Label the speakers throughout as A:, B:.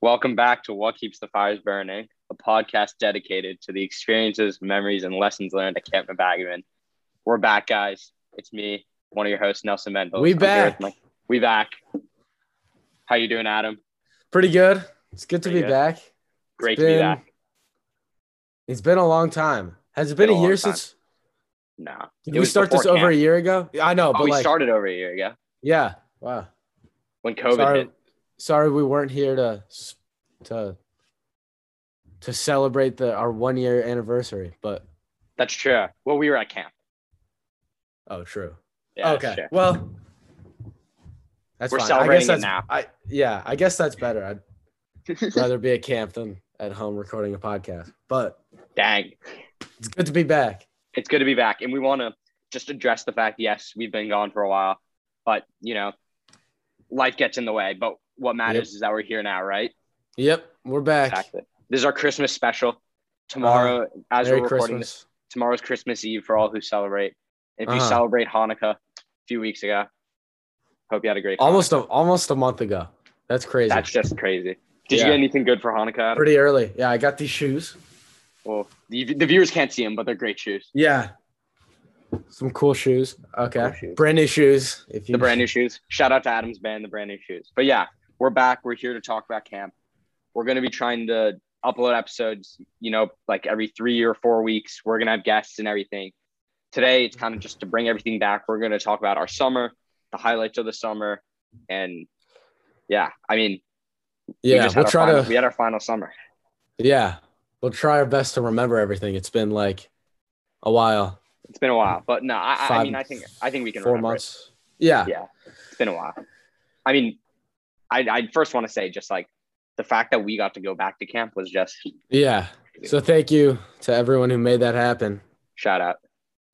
A: Welcome back to What Keeps the Fires Burning, a podcast dedicated to the experiences, memories, and lessons learned at Camp Mabagaman. We're back, guys. It's me, one of your hosts, Nelson Mendel.
B: We
A: I'm here with
B: back.
A: my- we back. How you doing, Adam?
B: Pretty good. It's good to
A: Pretty
B: be
A: good.
B: back. It's
A: Great to be
B: been-
A: back.
B: It's been a long time. Has it been,
A: Been a
B: a
A: long
B: year
A: time.
B: since
A: No, It
B: did we
A: was
B: start this
A: before
B: over a
A: camp.
B: year ago? Yeah, I know,
A: Oh,
B: but
A: we
B: like,
A: started over a year ago
B: yeah, wow.
A: when COVID
B: sorry,
A: hit.
B: sorry, we weren't here to s- to to celebrate the our one year anniversary. But
A: That's true. Well, we were at camp.
B: oh, true.
A: Yeah, that's
B: okay,
A: true.
B: well, that's
A: We're
B: fine. I
A: celebrating
B: guess
A: it
B: that's,
A: now.
B: I yeah, I guess that's better. I'd rather be at camp than at home recording a podcast. But
A: Dang.
B: it's good to be back.
A: it's good to be back and we want to just address the fact yes we've been gone for a while but you know life gets in the way but what matters is that we're here now right
B: Yep, we're back.
A: exactly this is our christmas special tomorrow as
B: Uh-huh. Merry
A: we're recording this
B: Christmas.
A: tomorrow's christmas eve for all who celebrate if you
B: Uh-huh.
A: celebrate hanukkah a few weeks ago hope you had a great
B: Almost a almost a month ago. That's
A: Hanukkah.
B: crazy.
A: that's just crazy did
B: Yeah.
A: you get anything good for hanukkah Adam?
B: pretty early. Yeah, I got these shoes.
A: well the, the viewers can't see them but they're great shoes
B: Yeah. Some cool shoes. Okay.
A: Cool shoes.
B: Brand new shoes. If you
A: the brand new shoes. Shout out to Adam's band, the brand new shoes. But yeah, we're back. We're here to talk about camp. We're gonna be trying to upload episodes, you know, like every three or four weeks. We're gonna have guests and everything. Today, it's kind of just to bring everything back. We're gonna talk about our summer, the highlights of the summer, and yeah, I mean, we
B: Yeah,
A: just had
B: we'll
A: our
B: try
A: final,
B: to
A: we had our final summer.
B: Yeah. We'll try our best to remember everything. It's been like a while.
A: It's been a while, but no, I, I- I
B: Five-
A: mean, I think I think we can
B: Four
A: remember it.
B: months. Yeah.
A: yeah, it's been a while. I mean, I, I first want to say just like the fact that we got to go back to camp was just
B: Yeah. So thank you to everyone who made that happen.
A: shout out.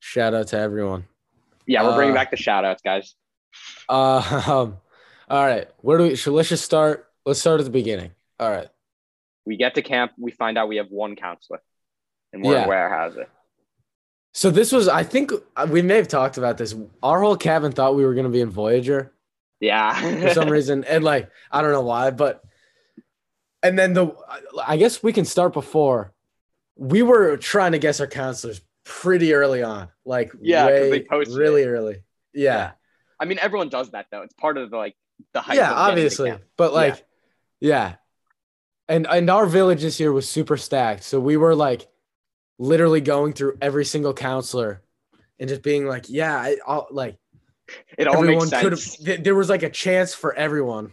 B: Shout out to everyone.
A: Yeah, we're bringing
B: Uh,
A: back the shout outs, guys.
B: Uh, um, all right. Where do we so let's just start let's start at the beginning. All right.
A: We get to camp, we find out we have one counselor and we're
B: Yeah.
A: in warehouse.
B: So this was, I think uh, we may have talked about this. Our whole cabin thought we were going to be in Voyager for
A: Yeah.
B: some reason, and like I don't know why, but and then the, I guess we can start before we were trying to guess our counselors pretty early on, like
A: Yeah, 'cause
B: way,
A: they posted
B: really early, yeah,
A: I mean, everyone does that though. It's part of the, like the
B: yeah,
A: hype. of getting to
B: obviously,
A: camp.
B: but like, yeah. and and our village this year was super stacked, so we were like literally going through every single counselor and just being like, yeah, I, I'll like.
A: It all
B: everyone
A: makes
B: could
A: sense.
B: have th- there was like a chance for everyone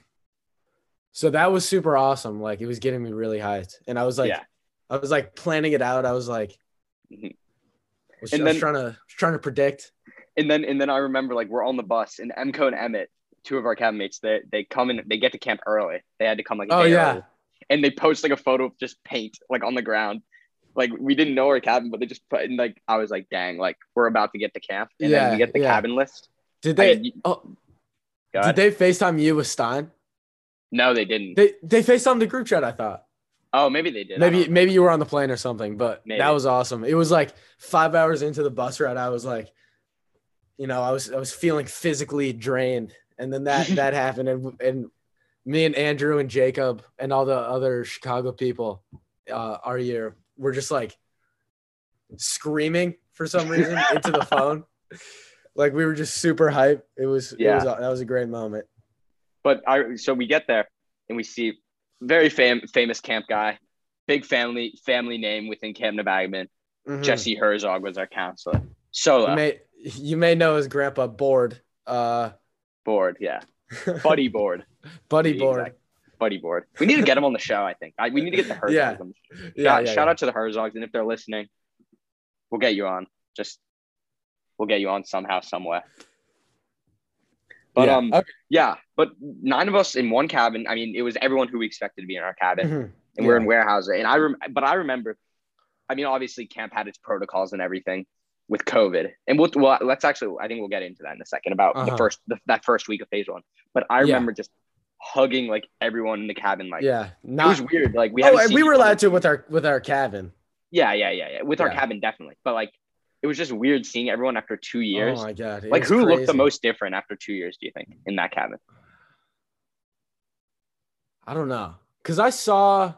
B: so that was super awesome like it was getting me really hyped and i was like
A: Yeah.
B: i was like planning it out i was like
A: Mhm.
B: was,
A: And
B: I was
A: then-
B: trying to was trying to predict
A: And then and then I remember like we're on the bus and Emco and Emmett, two of our cabin mates, they they come in they get to camp early. They had to come like a
B: oh
A: day
B: yeah
A: early. and they post like a photo of just paint like on the ground. Like we didn't know our cabin, but they just put and like I was like, dang, like we're about to get to camp. And then we
B: Yeah,
A: get the
B: yeah.
A: cabin list.
B: did they
A: I- you-
B: oh,
A: Go
B: did
A: ahead.
B: they facetime you with stein
A: no, they didn't.
B: they they facetime the group chat i thought
A: oh, maybe they did. I
B: maybe
A: don't know.
B: maybe you were on the plane or something but
A: Maybe.
B: that was awesome it was like five hours into the bus ride i was like you know i was i was feeling physically drained and then that that happened and and me and andrew and jacob and all the other chicago people uh our year were just like screaming for some reason into the phone like we were just super hype it was it was that was a great moment
A: But I so we get there and we see very fam- famous camp guy, big family family name within Camp Nebagman.
B: Mhm.
A: Jesse Herzog was our counselor. Solo
B: you may you may know his grandpa board uh
A: board, yeah, buddy board,
B: buddy
A: Yeah,
B: board
A: buddy board. We need to get him on the show. I think I, we need to get the Herzogs.
B: Yeah.
A: on the show.
B: yeah,
A: shout,
B: yeah,
A: shout
B: yeah.
A: out to the Herzogs, and if they're listening, we'll get you on. Just we'll get you on somehow, somewhere. But
B: Yeah. Uh,
A: um,
B: Okay.
A: yeah, but nine of us in one cabin. I mean, it was everyone who we expected to be in our cabin,
B: Mhm.
A: and we're
B: Yeah.
A: in warehouse. And I rem- but I remember, I mean, obviously camp had its protocols and everything with COVID, and we'll, well let's actually, I think we'll get into that in a second about the
B: Uh-huh.
A: first the, that first week of phase one. But I
B: Yeah.
A: remember just hugging like everyone in the cabin, like
B: yeah, not.
A: it was weird. Like we
B: oh,
A: hadn't
B: and
A: seen
B: we were
A: each other.
B: allowed to with our with our cabin.
A: Yeah, yeah, yeah, yeah. With our
B: Yeah.
A: cabin, definitely. But like, it was just weird seeing everyone after two years.
B: Oh my god! it
A: like,
B: was
A: who looked the
B: crazy.
A: most different after two years? Do you think in that cabin?
B: I don't know, because I saw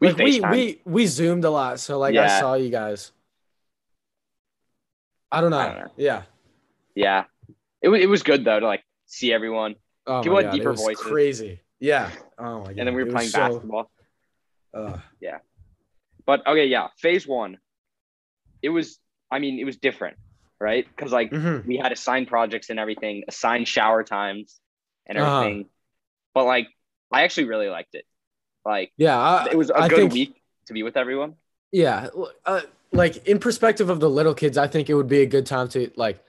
A: We
B: like we
A: FaceTimed.
B: we we zoomed a lot, so like I
A: Yeah.
B: saw you guys. I don't know.
A: I don't know.
B: Yeah.
A: yeah. It, wa- it was good though to like see everyone.
B: Oh
A: People
B: my
A: had
B: God, it
A: deeper
B: was
A: voices.
B: Crazy. Yeah. Oh my god.
A: And then we were
B: it was
A: playing
B: so-
A: basketball.
B: uh,
A: But okay, yeah. Phase one, it was, I mean, it was different, right? Because like
B: mhm.
A: we had assigned projects and everything, assigned shower times and
B: Uh-huh.
A: everything. But like, I actually really liked it. Like,
B: Yeah. I,
A: it was a
B: I
A: good
B: think-
A: week to be with everyone.
B: Yeah, l- uh, like in perspective of the little kids, I think it would be a good time to like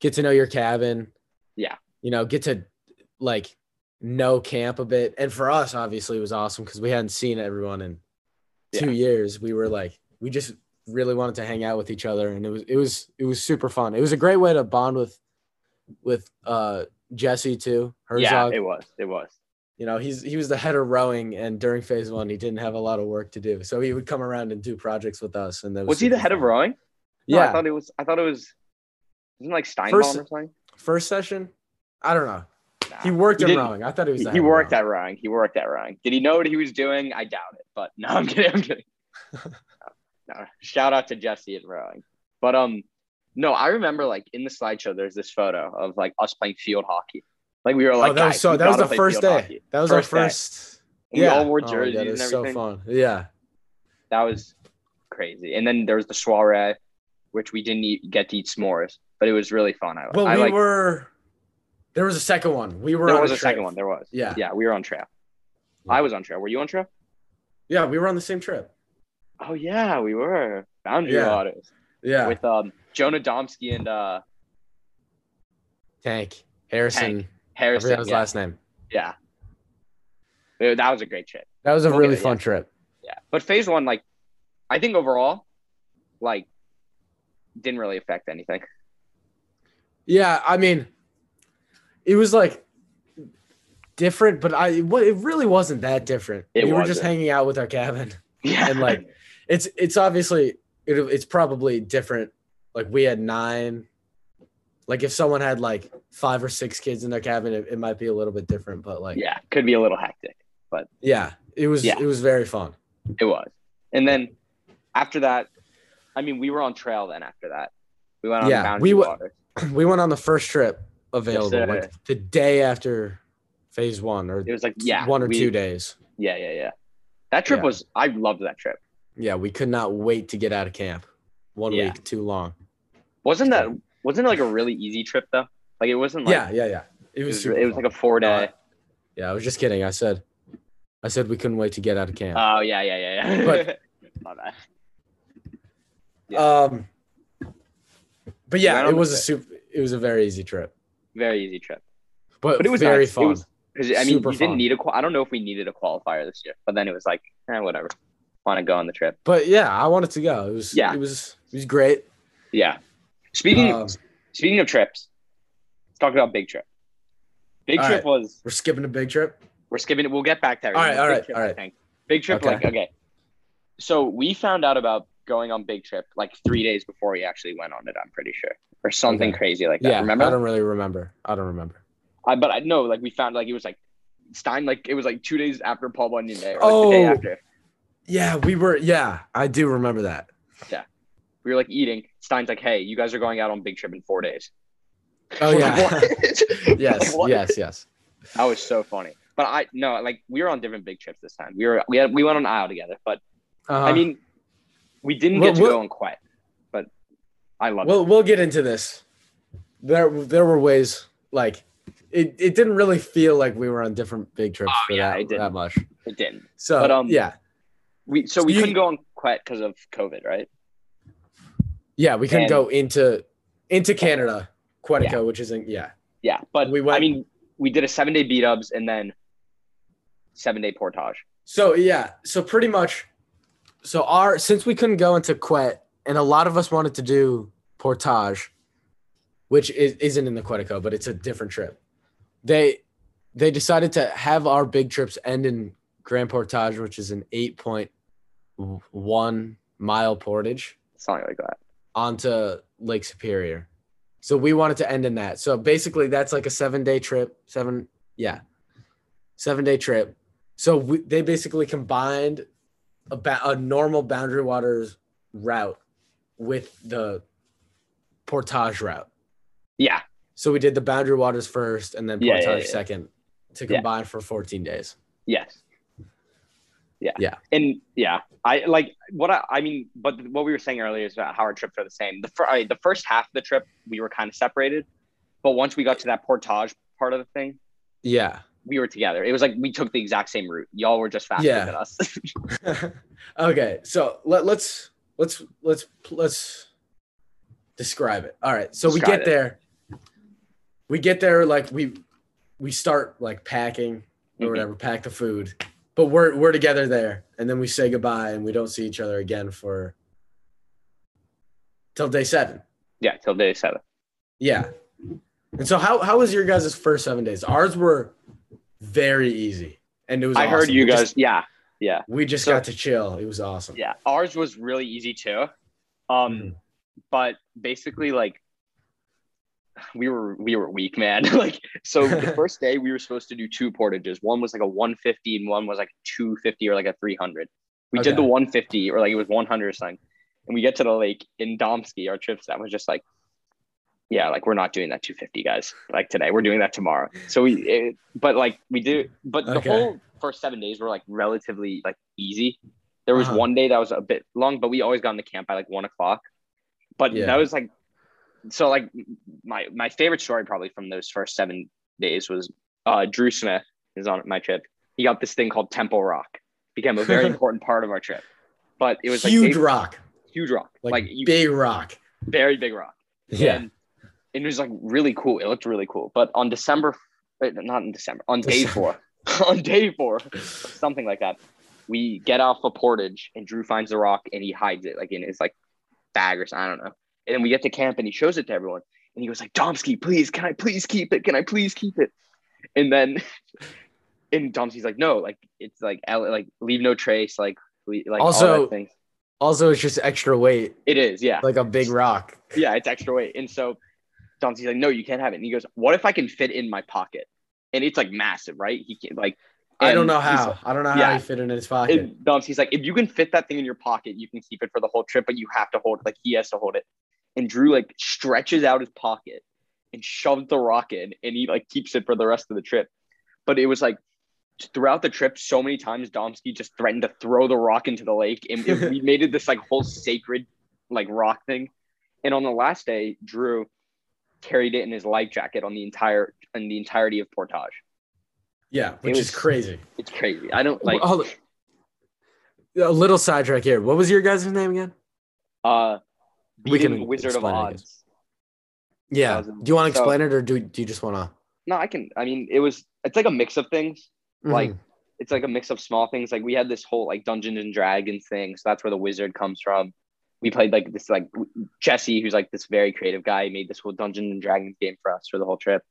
B: get to know your cabin.
A: Yeah.
B: you know, get to like know camp a bit. And for us, obviously, it was awesome because we hadn't seen everyone in two years. We were like, we just really wanted to hang out with each other, and it was it was it was super fun. It was a great way to bond with with uh Jesse too. Herzog,
A: Yeah, it was. It was.
B: you know, he's he was the head of rowing, and during phase one, he didn't have a lot of work to do, so he would come around and do projects with us. And that
A: Was he the
B: super
A: head of
B: fun.
A: rowing? No, I
B: Yeah,
A: thought it was. I thought it was. Isn't it like Steinbaum
B: First-
A: or something?
B: first session, I don't know.
A: Nah.
B: He worked
A: He
B: in
A: didn't-
B: rowing. I thought he was.
A: He,
B: The
A: he
B: head of
A: worked
B: rowing.
A: at rowing. He worked at rowing. Did he know what he was doing? I doubt it. But no, I'm kidding. I'm kidding. no, shout out to Jesse at rowing. But um, no, I remember like in the slideshow, there's this photo of like us playing field hockey. Like we were like,
B: oh, that was
A: "Guys,
B: so.
A: we
B: That was
A: gotta
B: the
A: play
B: first
A: field
B: day.
A: hockey."
B: That was
A: First day.
B: our first.
A: And We all wore
B: Oh my
A: jerseys
B: God, it
A: and
B: was
A: everything.
B: so fun. Yeah.
A: that was crazy. And then there was the soiree, which we didn't eat, get to eat s'mores, but it was really fun. I,
B: Well,
A: Oh, I
B: we
A: like.
B: were. There was a second one. We were.
A: There
B: on
A: was
B: a
A: a
B: trip.
A: second one. There was.
B: Yeah.
A: Yeah, we were on trail.
B: Yeah.
A: I was on trail. Were you on trail?
B: Yeah, we were on the same trip.
A: Oh yeah, we were boundary
B: Yeah.
A: waters
B: Yeah.
A: with um Jonah Domsky and uh
B: Tank Harrison. I
A: Harrison.
B: forgot his
A: yeah.
B: last name.
A: yeah. Dude, that was a great trip.
B: That was a
A: We'll
B: really
A: get it,
B: fun trip.
A: Yeah, but phase one, like, I think overall, like, didn't really affect anything.
B: Yeah, I mean, it was like different, but I wa- it really wasn't that different.
A: It
B: we were just
A: wasn't.
B: hanging out with our cabin,
A: Yeah,
B: and like it's it's obviously it, it's probably different. Like we had nine. Like if someone had like five or six kids in their cabin, it, it might be a little bit different. But like yeah,
A: yeah, could be a little hectic.
B: it was
A: Yeah.
B: it was very fun.
A: It was. And then after that, I mean, we were on trail then after that. We went on
B: Yeah,
A: yeah, boundary
B: we wa-
A: water.
B: We went on the first trip available,
A: sir.
B: like the day after phase one or
A: It was like, yeah.
B: one or
A: we-
B: two days.
A: Yeah, yeah, yeah. That trip
B: Yeah.
A: was, I loved that trip.
B: Yeah, we could not wait to get out of camp. One
A: Yeah.
B: week too long.
A: Wasn't that, wasn't it like a really easy trip though? Like it wasn't like,
B: yeah, yeah, yeah. It
A: it
B: was.
A: was,
B: super
A: it was
B: fun.
A: like a four day.
B: yeah, I was just kidding. I said, I said we couldn't wait to get out of camp.
A: Oh, yeah, yeah, yeah, yeah.
B: But-
A: My bad. yeah.
B: um, but
A: Yeah, I
B: yeah,
A: don't
B: it was a
A: think-
B: super. It was a very easy trip,
A: Very easy trip.
B: but,
A: But it was
B: very
A: nice. It
B: fun.
A: was- 'Cause, I mean,
B: Super
A: you didn't
B: fun.
A: need a, qual- I don't know if we needed a qualifier this year, but then it was like, eh, whatever. Want to go on the trip.
B: but yeah, I wanted to go. It was.
A: Yeah.
B: it was. It was great.
A: Yeah. Speaking,
B: Um,
A: Speaking of trips, let's talk about big trip. Big
B: All
A: trip
B: right.
A: was
B: we're skipping a big trip.
A: we're skipping it. We'll get back to everything.
B: All right, all
A: Big
B: right,
A: trip,
B: all
A: I
B: right.
A: think. Big trip,
B: Okay.
A: like okay. So we found out about going on big trip like three days before we actually went on it. I'm pretty sure, or something
B: Okay.
A: crazy like that.
B: Yeah,
A: Remember?
B: I don't really remember. I don't remember.
A: I, but I know like we found like it was like Stein like it was like two days after Paul Bunyan Day or like, the day
B: Oh.
A: after.
B: Yeah, we were. Yeah, I do remember that.
A: We were like eating. Stein's like, "Hey, you guys are going out on big trip in four days."
B: Oh
A: We're
B: yeah.
A: like, "What?"
B: yes.
A: Like, what?
B: yes. Yes.
A: That was so funny. But I no, like we were on different big trips this time. We were we had we went on aisle together, but
B: Uh-huh.
A: I mean, we didn't
B: Well,
A: get to
B: well-
A: go on Quet, but I love it.
B: we'll we'll get into this. There there were ways like it, it didn't really feel like we were on different big trips for
A: Oh, yeah, it
B: that,
A: didn't.
B: that much.
A: It didn't.
B: So
A: But, um,
B: yeah,
A: We so we
B: You-
A: couldn't go on Quet because of COVID, right?
B: yeah, we couldn't
A: and-
B: go into into Canada, Quetico, which isn't yeah.
A: Yeah, but
B: We
A: we
B: went-
A: I mean, we did a seven day beat ups and then seven day portage.
B: So yeah, so pretty much, so our since we couldn't go into Quet, and a lot of us wanted to do Portage, which is, isn't in the Quetico, but it's a different trip. They they decided to have our big trips end in Grand Portage, which is an eight point one mile portage
A: Something like that.
B: onto Lake Superior. So we wanted to end in that. So basically, that's like a seven day trip. Seven, yeah, seven day trip. So we, they basically combined a, ba- a normal Boundary Waters route with the Portage route.
A: Yeah.
B: So we did the Boundary Waters first and then
A: Yeah,
B: Portage
A: yeah, yeah.
B: second to
A: Yeah.
B: combine for 14 days.
A: Yes. Yeah.
B: Yeah.
A: And yeah, I like what I, I mean, but what we were saying earlier is about how our trips are the same. The, fir- I, the first half of the trip, we were kind of separated. But once we got to that portage part of the thing,
B: Yeah.
A: we were together. It was like we took the exact same route. Y'all were just faster
B: Yeah.
A: than us.
B: okay. So let, let's let's let's let's describe it. All right. So we
A: Describe
B: get
A: it.
B: there. We get there like we we start like packing or
A: Mhm.
B: whatever, pack the food. But we're we're together there and then we say goodbye and we don't see each other again for till day 7.
A: yeah, till day seven.
B: Yeah. And so how how was your guys' first seven days? Ours were very easy. And it was
A: I heard
B: awesome.
A: you
B: We
A: guys.
B: just-
A: yeah.
B: we just
A: So-
B: got to chill. It was awesome.
A: Yeah. Ours was really easy too. Um,
B: Mhm.
A: but basically like we were we were weak man like so the first day we were supposed to do two portages one was like a 150 and one was like 250 or like a 300 we did
B: Okay.
A: the 150 or like it was 100 or something and we get to the lake in domsky our trip staff was just like yeah like we're not doing that 250 guys like today we're doing that tomorrow so we it, but like we do but the
B: Okay.
A: whole first seven days were like relatively like easy there was
B: Uh-huh.
A: one day that was a bit long but we always got in the camp by like one o'clock but
B: Yeah.
A: that was like so like my my favorite story probably from those first seven days was uh drew smith is on my trip he got this thing called temple rock became a very important part of our trip but it was like
B: huge
A: big-
B: rock,
A: huge rock
B: like,
A: like, you
B: big rock.
A: very big rock
B: Yeah,
A: and it was like really cool it looked really cool but on december uh, not in december on day four
B: December.
A: on day four something like that we get off a portage and drew finds the rock and he hides it like in his like bag or something i don't know and then we get to camp and he shows it to everyone and he was like domsky please can i please keep it can i please keep it and then and domsky's like no like it's like L- like leave no trace like le- like all
B: Also-
A: that thing.
B: also it's just extra weight,
A: it is yeah
B: like a big rock.
A: yeah, it's extra weight. And so Dante's like, no, you can't have it. And he goes, what if I can fit in my pocket? And it's like massive, right? He can like,
B: I don't
A: and
B: know
A: he's-
B: how. I don't know how
A: yeah.
B: he fit it in his pocket.
A: And Dante's like, if you can fit that thing in your pocket, you can keep it for the whole trip, but you have to hold it. Like he has to hold it. And Drew like stretches out his pocket and shoves the rock in, and he like keeps it for the rest of the trip. But it was like throughout the trip, so many times Domsky just threatened to throw the rock into the lake, and it- we made it this like whole sacred like rock thing. And on the last day, Drew carried it in his life jacket on the entire on the entirety of Portage.
B: yeah, which
A: it was,
B: is crazy.
A: It's crazy. I don't like
B: Hold on. a little sidetrack here. What was your guys' name again?
A: uh
B: We
A: beating
B: can
A: Wizard of
B: explain it, I guess.
A: Odds.
B: Yeah.
A: Thousand.
B: Do you want to
A: So-
B: explain it, or do do you just want to
A: No, I can. I mean, it was. It's like a mix of things.
B: Mm-hmm.
A: Like it's like a mix of small things. Like we had this whole like Dungeons and Dragons thing, so that's where the wizard comes from. We played like this like Jesse, who's like this very creative guy, he made this whole Dungeons and Dragons game for us for the whole trip.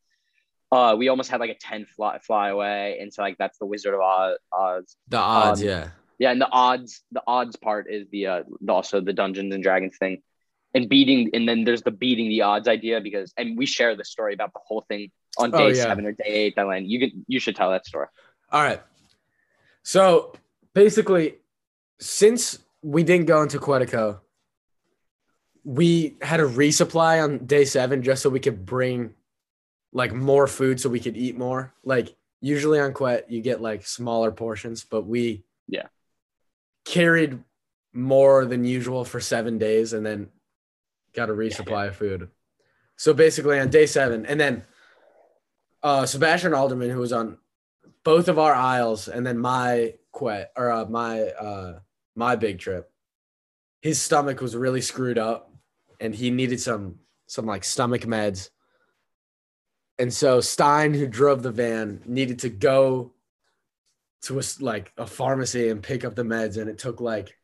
A: Uh, we almost had like a ten fly fly away, and so like that's the Wizard of Oz. Oz.
B: the odds?
A: um,
B: yeah.
A: Yeah, and the odds, the odds part is the uh, also the Dungeons and Dragons thing, and beating, and then there's the beating the odds idea because, and we share the story about the whole thing on day
B: Oh, yeah.
A: seven or day eight. Ellen, you can you should tell that story.
B: All right. So basically, since we didn't go into Quetico, we had a resupply on day seven just so we could bring like more food so we could eat more. Like usually on Quet, you get like smaller portions, but we
A: Yeah.
B: carried more than usual for seven days and then got a resupply of food. So basically on day seven, and then uh, Sebastian Alderman, who was on both of our aisles and then my quit or uh, my uh my big trip his stomach was really screwed up and he needed some some like stomach meds and so stein who drove the van needed to go to a s like a pharmacy and pick up the meds and it took like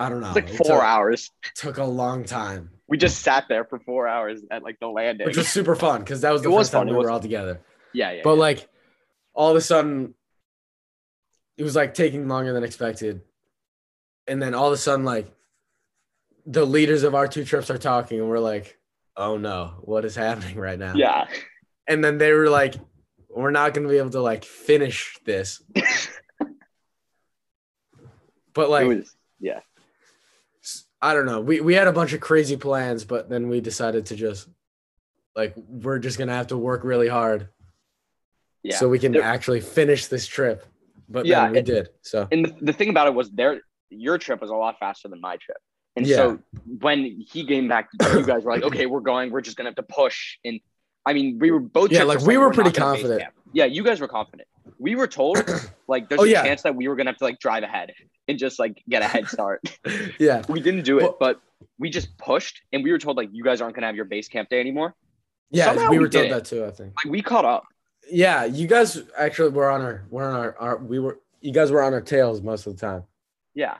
B: i don't know
A: It's like
B: it
A: four
B: took-
A: hours.
B: took a long time
A: We just sat there for four hours at like the landing.
B: which was super fun because that was the
A: It was
B: first
A: fun,
B: time
A: it
B: we
A: was
B: were all together
A: yeah, yeah.
B: But
A: yeah.
B: like all of a sudden it was like taking longer than expected. And then all of a sudden, like the leaders of our two trips are talking, and we're like, oh no, what is happening right now?
A: yeah,
B: And then they were like, we're not going to be able to like finish this. but
A: it
B: like,
A: was yeah.
B: I don't know. We we had a bunch of crazy plans, but then we decided to just like we're just gonna have to work really hard
A: Yeah.
B: so we can
A: There-
B: actually finish this trip. But yeah,
A: Yeah,
B: we
A: it-
B: did. So
A: and the, the thing about it was their your trip was a lot faster than my trip. And so when he came back, you guys were like, okay, we're going. We're just gonna have to push. And I mean, we were both.
B: Yeah,
A: trips
B: like,
A: just
B: we were
A: not
B: pretty
A: gonna base
B: confident.
A: camp. Yeah, you guys were confident. We were told like there's
B: Oh,
A: a
B: yeah.
A: chance that we were gonna have to like drive ahead and just like get a head start.
B: yeah,
A: we didn't do it,
B: Well-
A: but we just pushed, and we were told like you guys aren't gonna have your base camp day anymore.
B: yeah,
A: Somehow
B: we
A: we
B: were told
A: did it.
B: that too. I think.
A: Like we caught up.
B: Yeah, you guys actually were on our we're on our, our we were you guys were on our tails most of the time.
A: Yeah,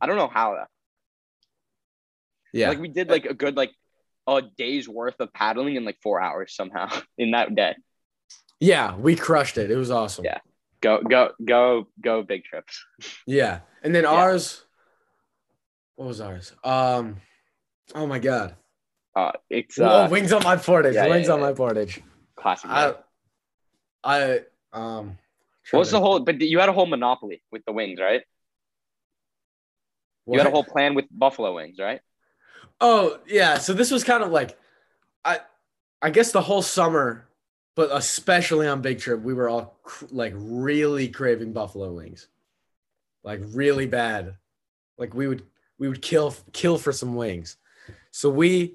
A: I don't know how though.
B: Yeah,
A: Like we did like a good like a day's worth of paddling in like four hours somehow in that day.
B: yeah, we crushed it. It was awesome.
A: Yeah. Go go go go big trips.
B: Yeah. And then
A: Yeah.
B: ours, what was ours? Um, oh my god,
A: Uh, it's
B: Whoa,
A: uh,
B: wings on my portage,
A: yeah, yeah,
B: wings on
A: yeah.
B: my portage.
A: classic.
B: I, I, um,
A: what was the whole? But you had a whole monopoly with the wings, right? You had a
B: What?
A: whole plan with buffalo wings, right?
B: Oh yeah, so this was kind of like, I, I guess the whole summer, but especially on Big Trip, we were all cr- like really craving buffalo wings, like really bad, like we would we would kill kill for some wings, so we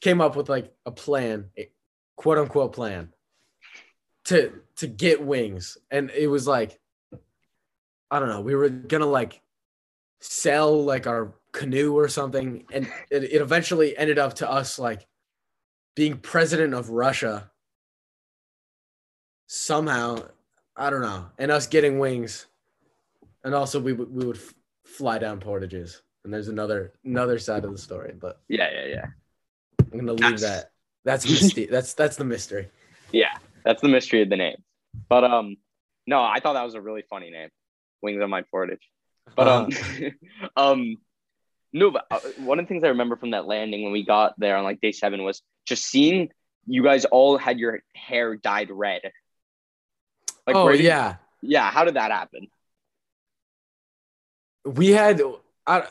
B: came up with like a plan, a quote unquote plan, to to get wings, and it was like, I don't know, we were gonna like sell like our canoe or something and it, it eventually ended up to us like being president of russia somehow i don't know and us getting wings and also we would we would f- fly down portages and there's another another side of the story but
A: Yeah, yeah, yeah,
B: i'm gonna leave
A: That's-
B: that that's mystery that's that's the mystery
A: yeah. That's the mystery of the name. But um, no, I thought that was a really funny name, wings on my portage. But um,
B: Uh-huh.
A: um, no. But uh, one of the things I remember from that landing when we got there on like day seven was just seeing you guys all had your hair dyed red. Like,
B: oh
A: where did-
B: yeah
A: yeah. How did that happen?
B: we had I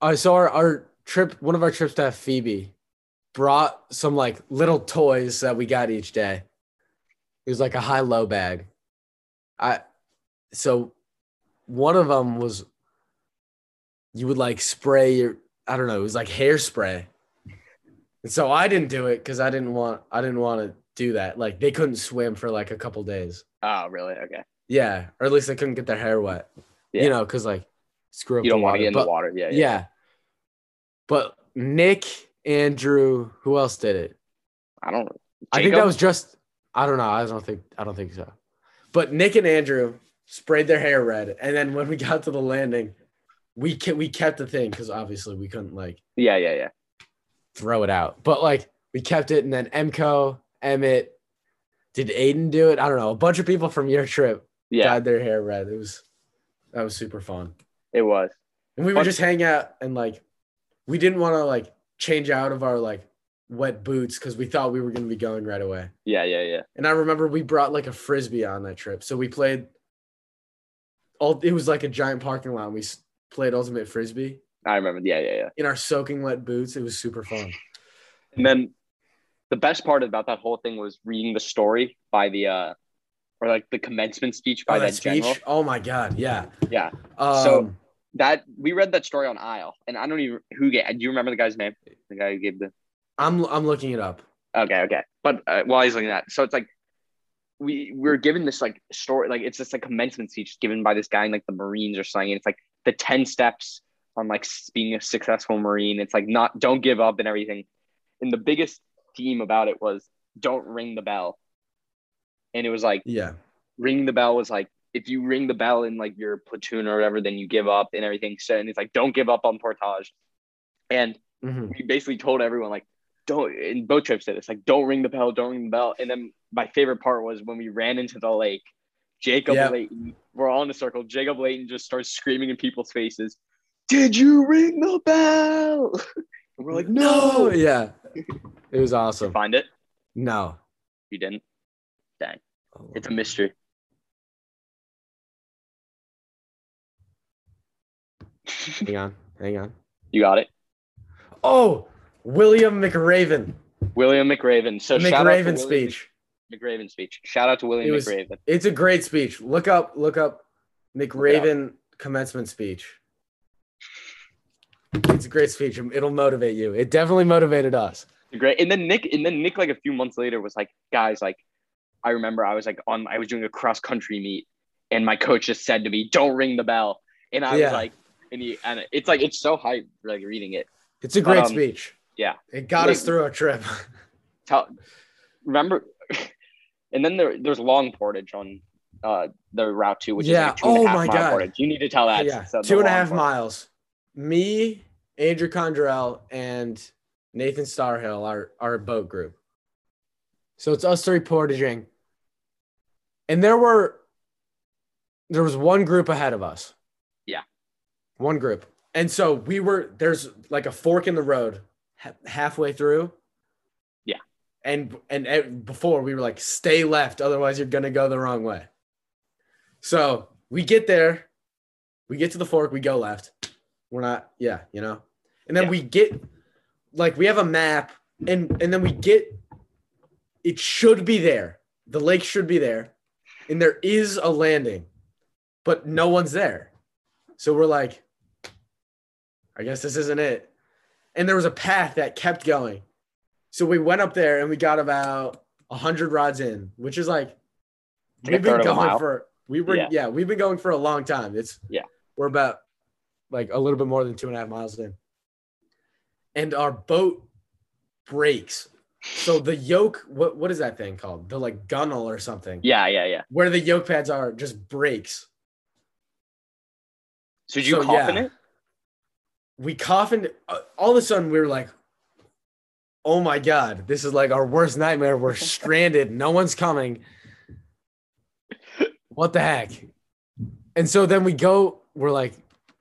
B: I saw our, our trip one of our trips to have Phoebe brought some like little toys that we got each day. It was like a high low bag. I so one of them was you would like spray your I don't know, it was like hairspray. And so I didn't do it cuz I didn't want I didn't want to do that. Like they couldn't swim for like a couple days.
A: Oh, really? Okay.
B: Yeah, or at least they couldn't get their hair wet.
A: Yeah.
B: You know, cuz like screw up
A: You don't
B: the
A: want
B: water.
A: to get in
B: But-
A: the water. Yeah.
B: yeah. But Nick, Andrew, who else did it?
A: I don't.
B: I think that
A: Jacob?
B: was just I don't know. I don't think I don't think so. But Nick and Andrew sprayed their hair red, and then when we got to the landing, we ke- we kept the thing because obviously we couldn't like
A: Yeah, yeah, yeah.
B: throw it out. But like we kept it, and then Emco, Emmett, did Aiden do it? I don't know. A bunch of people from your trip
A: Yeah,
B: dyed their hair red. It was that was super fun.
A: it was.
B: And we would
A: But-
B: just hang out and like we didn't want to like change out of our like wet boots because we thought we were gonna be going right away.
A: Yeah, yeah, yeah.
B: And I remember we brought like a frisbee on that trip. So we played all it was like a giant parking lot. and We s- played ultimate frisbee
A: I remember. Yeah, yeah, yeah.
B: in our soaking wet boots. It was super fun.
A: And then the best part about that whole thing was reading the story by the uh or like the commencement speech by
B: Oh,
A: that, general.
B: Oh my god, yeah.
A: Yeah.
B: Um,
A: So- That we read that story on aisle, and I don't even who gave. Do you remember the guy's name? The guy who gave the.
B: I'm I'm looking it up.
A: Okay, okay. But uh, while he's looking at that, so it's like we we're given this like story, like it's this like commencement speech given by this guy in like the Marines or something. And it's like the ten steps on like s- being a successful Marine. It's like not don't give up and everything. And the biggest theme about it was don't ring the bell. And it was like
B: Yeah.
A: ring the bell was like if you ring the bell in like your platoon or whatever, then you give up and everything. So and it's like don't give up on portage. And
B: Mhm.
A: we basically told everyone like don't and boat trips did this like don't ring the bell don't ring the bell and then my favorite part was when we ran into the lake jacob
B: Yeah.
A: layton we're all in a circle jacob layton just starts screaming in people's faces did you ring the bell and we're like no
B: Yeah. It was
A: to
B: awesome.
A: find it
B: No.
A: you didn't It's a mystery.
B: Hang on, hang on.
A: You got it.
B: Oh, William McRaven.
A: William McRaven. So shout out to
B: McRaven
A: William
B: speech.
A: McRaven speech. Shout out to William
B: It was-
A: McRaven.
B: It's a great speech. Look up, look up McRaven commencement speech. It's a great speech. It'll motivate you. It definitely motivated us.
A: Great. And then Nick, and then Nick, like a few months later, was like, guys, like, I remember I was like on, I was doing a cross country meet, and my coach just said to me, "Don't ring the bell," and I
B: Yeah.
A: was like, and he, and it's like it's so hype, like reading it.
B: It's a great
A: Um,
B: speech.
A: yeah.
B: It got us
A: Wait.
B: through a trip.
A: Tell, remember, and then there, there's long portage on uh the route two, which is
B: Yeah.
A: like a two and
B: Oh
A: a half
B: my
A: mile
B: God.
A: portage. You need to tell that.
B: yeah.
A: so the
B: Two and a
A: long
B: half
A: portage.
B: miles. Me, Andrew Condrell, and Nathan Starhill are our boat group. So it's us three portaging. And there were there was one group ahead of us.
A: Yeah.
B: One group. And so we were there's like a fork in the road ha- halfway through.
A: Yeah.
B: And and e- before we were like stay left otherwise you're going to go the wrong way. So, we get there, we get to the fork, we go left. We're not yeah, you know. And then
A: Yeah.
B: we get like we have a map and and then we get it should be there. The lake should be there. And there is a landing, but no one's there. So we're like, I guess this isn't it. And there was a path that kept going. So we went up there and we got about 100 rods in, which is like,
A: Like a
B: we've been
A: third of a
B: going
A: mile.
B: for, we were, yeah.
A: Yeah.
B: we've been going for a long time. It's,
A: Yeah.
B: we're about like a little bit more than two and a half miles in. And our boat breaks. So the yoke, what, what is that thing called? The like gunnel or something
A: Yeah, yeah, yeah.
B: where the yoke pads are just breaks.
A: So did you
B: So,
A: cough in
B: yeah.
A: it?
B: We coffined. uh, All of a sudden, we were like, "Oh my god, this is like our worst nightmare. We're stranded. No one's coming. What the heck?" And so then we go. We're like,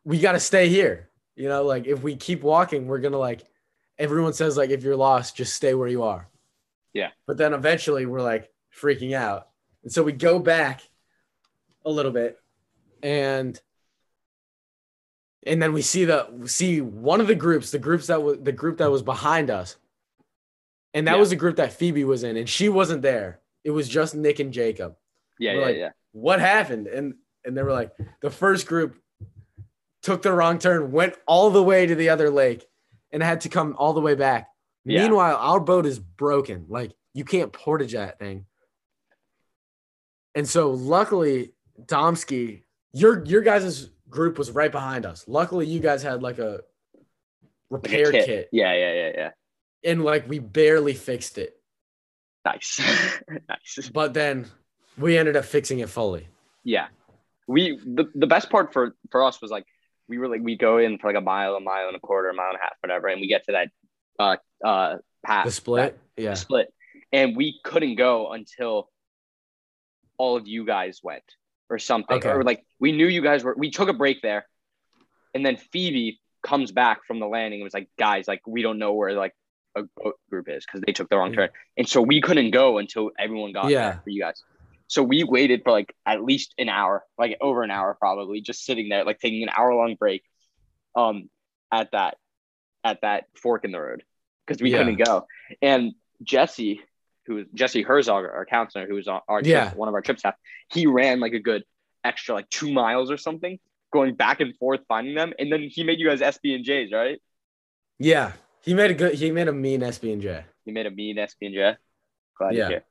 B: "We got to stay here." You know, like if we keep walking, we're gonna like. Everyone says like, if you're lost, just stay where you are.
A: Yeah.
B: But then eventually, we're like freaking out, and so we go back a little bit, and and then we see the we see one of the groups, the groups that was the group that was behind us, and that
A: Yeah.
B: was the group that Phoebe was in, and she wasn't there. It was just Nick and Jacob.
A: Yeah,
B: We're
A: yeah,
B: like-
A: yeah.
B: What happened? And and they were like, the first group took the wrong turn, went all the way to the other lake, and had to come all the way back.
A: Yeah.
B: Meanwhile, our boat is broken. Like you can't portage that thing. And so luckily, Domsky, your your guys' group was right behind us. Luckily, you guys had like a
A: Like
B: repair
A: a
B: kit.
A: Yeah, yeah, yeah, yeah.
B: and like we barely fixed it,
A: Nice, nice.
B: but then we ended up fixing it fully.
A: Yeah, we the, the best part for for us was like we were like we go in for like a mile, a mile and a quarter, a mile and a half, whatever, and we get to that uh uh path
B: The split, yeah,
A: that split, and we couldn't go until all of you guys went or something,
B: Okay.
A: or like we knew you guys were. We took a break there, and then Phoebe comes back from the landing and was like, "Guys, like we don't know where like a boat group is because they took the wrong
B: Yeah.
A: turn." And so we couldn't go until everyone got
B: Yeah.
A: there for you guys. So we waited for like at least an hour, like over an hour probably, just sitting there, like taking an hour long break um at that at that fork in the road because we
B: Yeah.
A: couldn't go. And Jesse, who was Jesse Herzog, our counselor, who was on our trip,
B: Yeah.
A: one of our trip staff, he ran like a good extra like two miles or something, going back and forth finding them. And then he made you guys SB and J's, right?
B: yeah. He made a good. He made a mean SB and J.
A: He made a mean SB and J. Glad
B: Yeah.
A: to hear.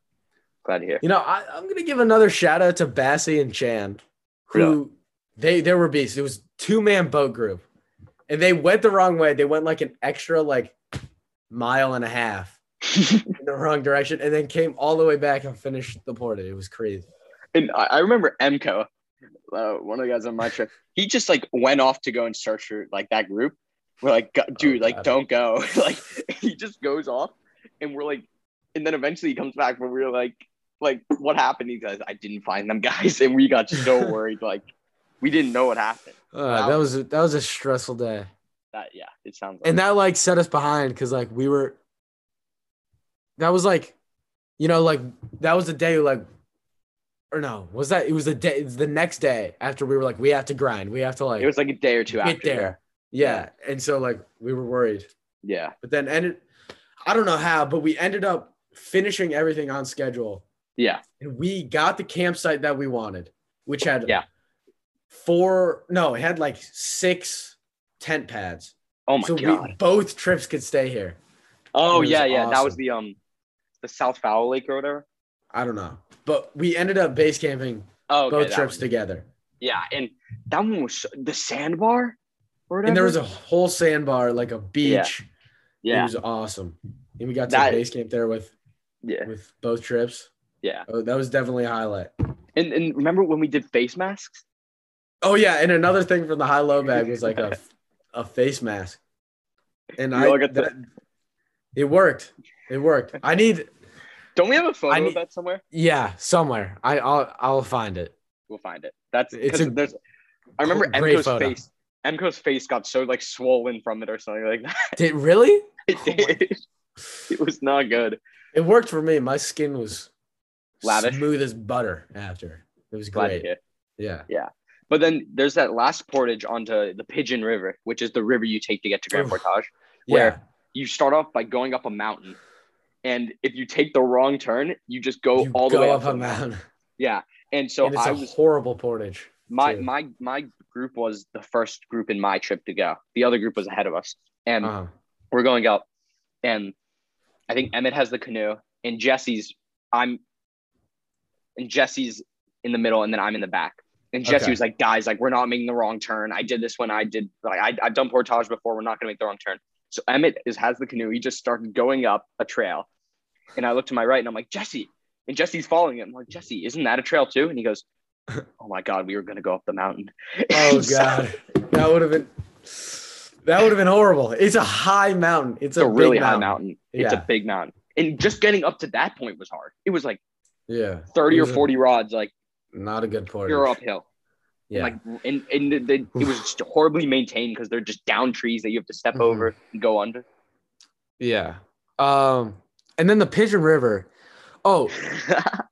A: Glad to hear.
B: You know, I, I'm gonna give another shout out to Bassey and Chan, who
A: Really?
B: they they were beasts. It was two man boat group, and they went the wrong way. They went like an extra like mile and a half in the wrong direction, and then came all the way back and finished the portage. It was crazy.
A: And I, I remember Emco, uh, one of the guys on my trip, he just like went off to go and search for like that group. We're like, "Go- dude, like
B: Oh, God.
A: don't go. like he just goes off, and we're like, and then eventually he comes back, but we were like, like what happened? He goes, I didn't find them guys, and we got so worried, like we didn't know what happened.
B: Uh, That was a- that was a stressful day,
A: That yeah, it sounds like
B: and that like set us behind because like we were. That was like, you know, like that was the day like or no, was that it was the day it's the next day after we were like, we have to grind. We have to like
A: It was like a day or two
B: get
A: after.
B: there. Yeah. And so like we were worried.
A: Yeah.
B: But then ended I don't know how, but we ended up finishing everything on schedule.
A: Yeah.
B: And we got the campsite that we wanted, which had
A: Yeah.
B: four no, it had like six tent pads.
A: Oh my
B: so
A: god.
B: we both trips could stay here. it
A: oh
B: was
A: yeah, yeah. That was
B: awesome.
A: the um the South Fowl Lake or whatever.
B: I don't know. But we ended up base camping
A: Oh okay,
B: both
A: that
B: trips
A: one.
B: together.
A: Yeah, and that one was so- the sandbar or whatever.
B: And there was a whole sandbar, like a beach. It
A: yeah,
B: was awesome. And we got to
A: That-
B: base camp there with
A: yeah,
B: with both trips.
A: yeah.
B: Oh, that was definitely a highlight.
A: And and remember when we did face masks?
B: Oh yeah, and another thing from the high low bag was like a a face mask. And
A: You
B: I
A: all got the-
B: that, it worked. It worked. I need
A: Don't we have a photo
B: I
A: of
B: need-
A: that somewhere?
B: yeah, somewhere. I I'll I'll find it.
A: We'll find it. That's it's
B: It's a
A: there's. I remember
B: great
A: Emco's
B: photo.
A: face. Emco's face got so like swollen from it or something like that.
B: Did really?
A: It,
B: Oh my-
A: did. it was not good.
B: It worked for me. My skin was
A: Lavish.
B: smooth as butter after. It was
A: Glad to
B: great.
A: hear.
B: Yeah.
A: But then there's that last portage onto the Pigeon River, which is the river you take to get to Grand
B: Oof.
A: Portage.
B: Yeah.
A: Where- You start off by going up a mountain, and if you take the wrong turn, you just go
B: you
A: all the
B: go
A: way
B: up
A: to
B: a
A: the
B: mountain.
A: Yeah, and so
B: and it's
A: I
B: a
A: was
B: horrible portage.
A: my
B: too.
A: my my group was the first group in my trip to go. The other group was ahead of us, and
B: Uh-huh.
A: we're going up. And I think Emmett has the canoe, and Jesse's I'm, and Jesse's in the middle, and then I'm in the back. And Jesse
B: Okay.
A: was like, "Guys, like we're not making the wrong turn. I did this when I did like I, I've done portage before. We're not gonna make the wrong turn." So Emmett is has the canoe. He just started going up a trail, and I look to my right, and I'm like, "Jesse," and Jesse's following him. I'm like, "Jesse, isn't that a trail too?" And he goes. Oh my God! We were gonna go up the mountain.
B: Oh
A: So-
B: god, that would have been that would have been horrible. It's a high mountain.
A: it's
B: It's,
A: a, really
B: big
A: high mountain. It's
B: Yeah.
A: a big mountain. And just getting up to that point was hard. It was like
B: Yeah,
A: 30 or
B: It was a-
A: 40 rods, like
B: not a good portage.
A: you're uphill.
B: Yeah,
A: Like and, and the, the, it was just horribly maintained because they're just down trees that you have to step
B: Mhm.
A: over and go under.
B: yeah. Um, and then the Pigeon River. Oh,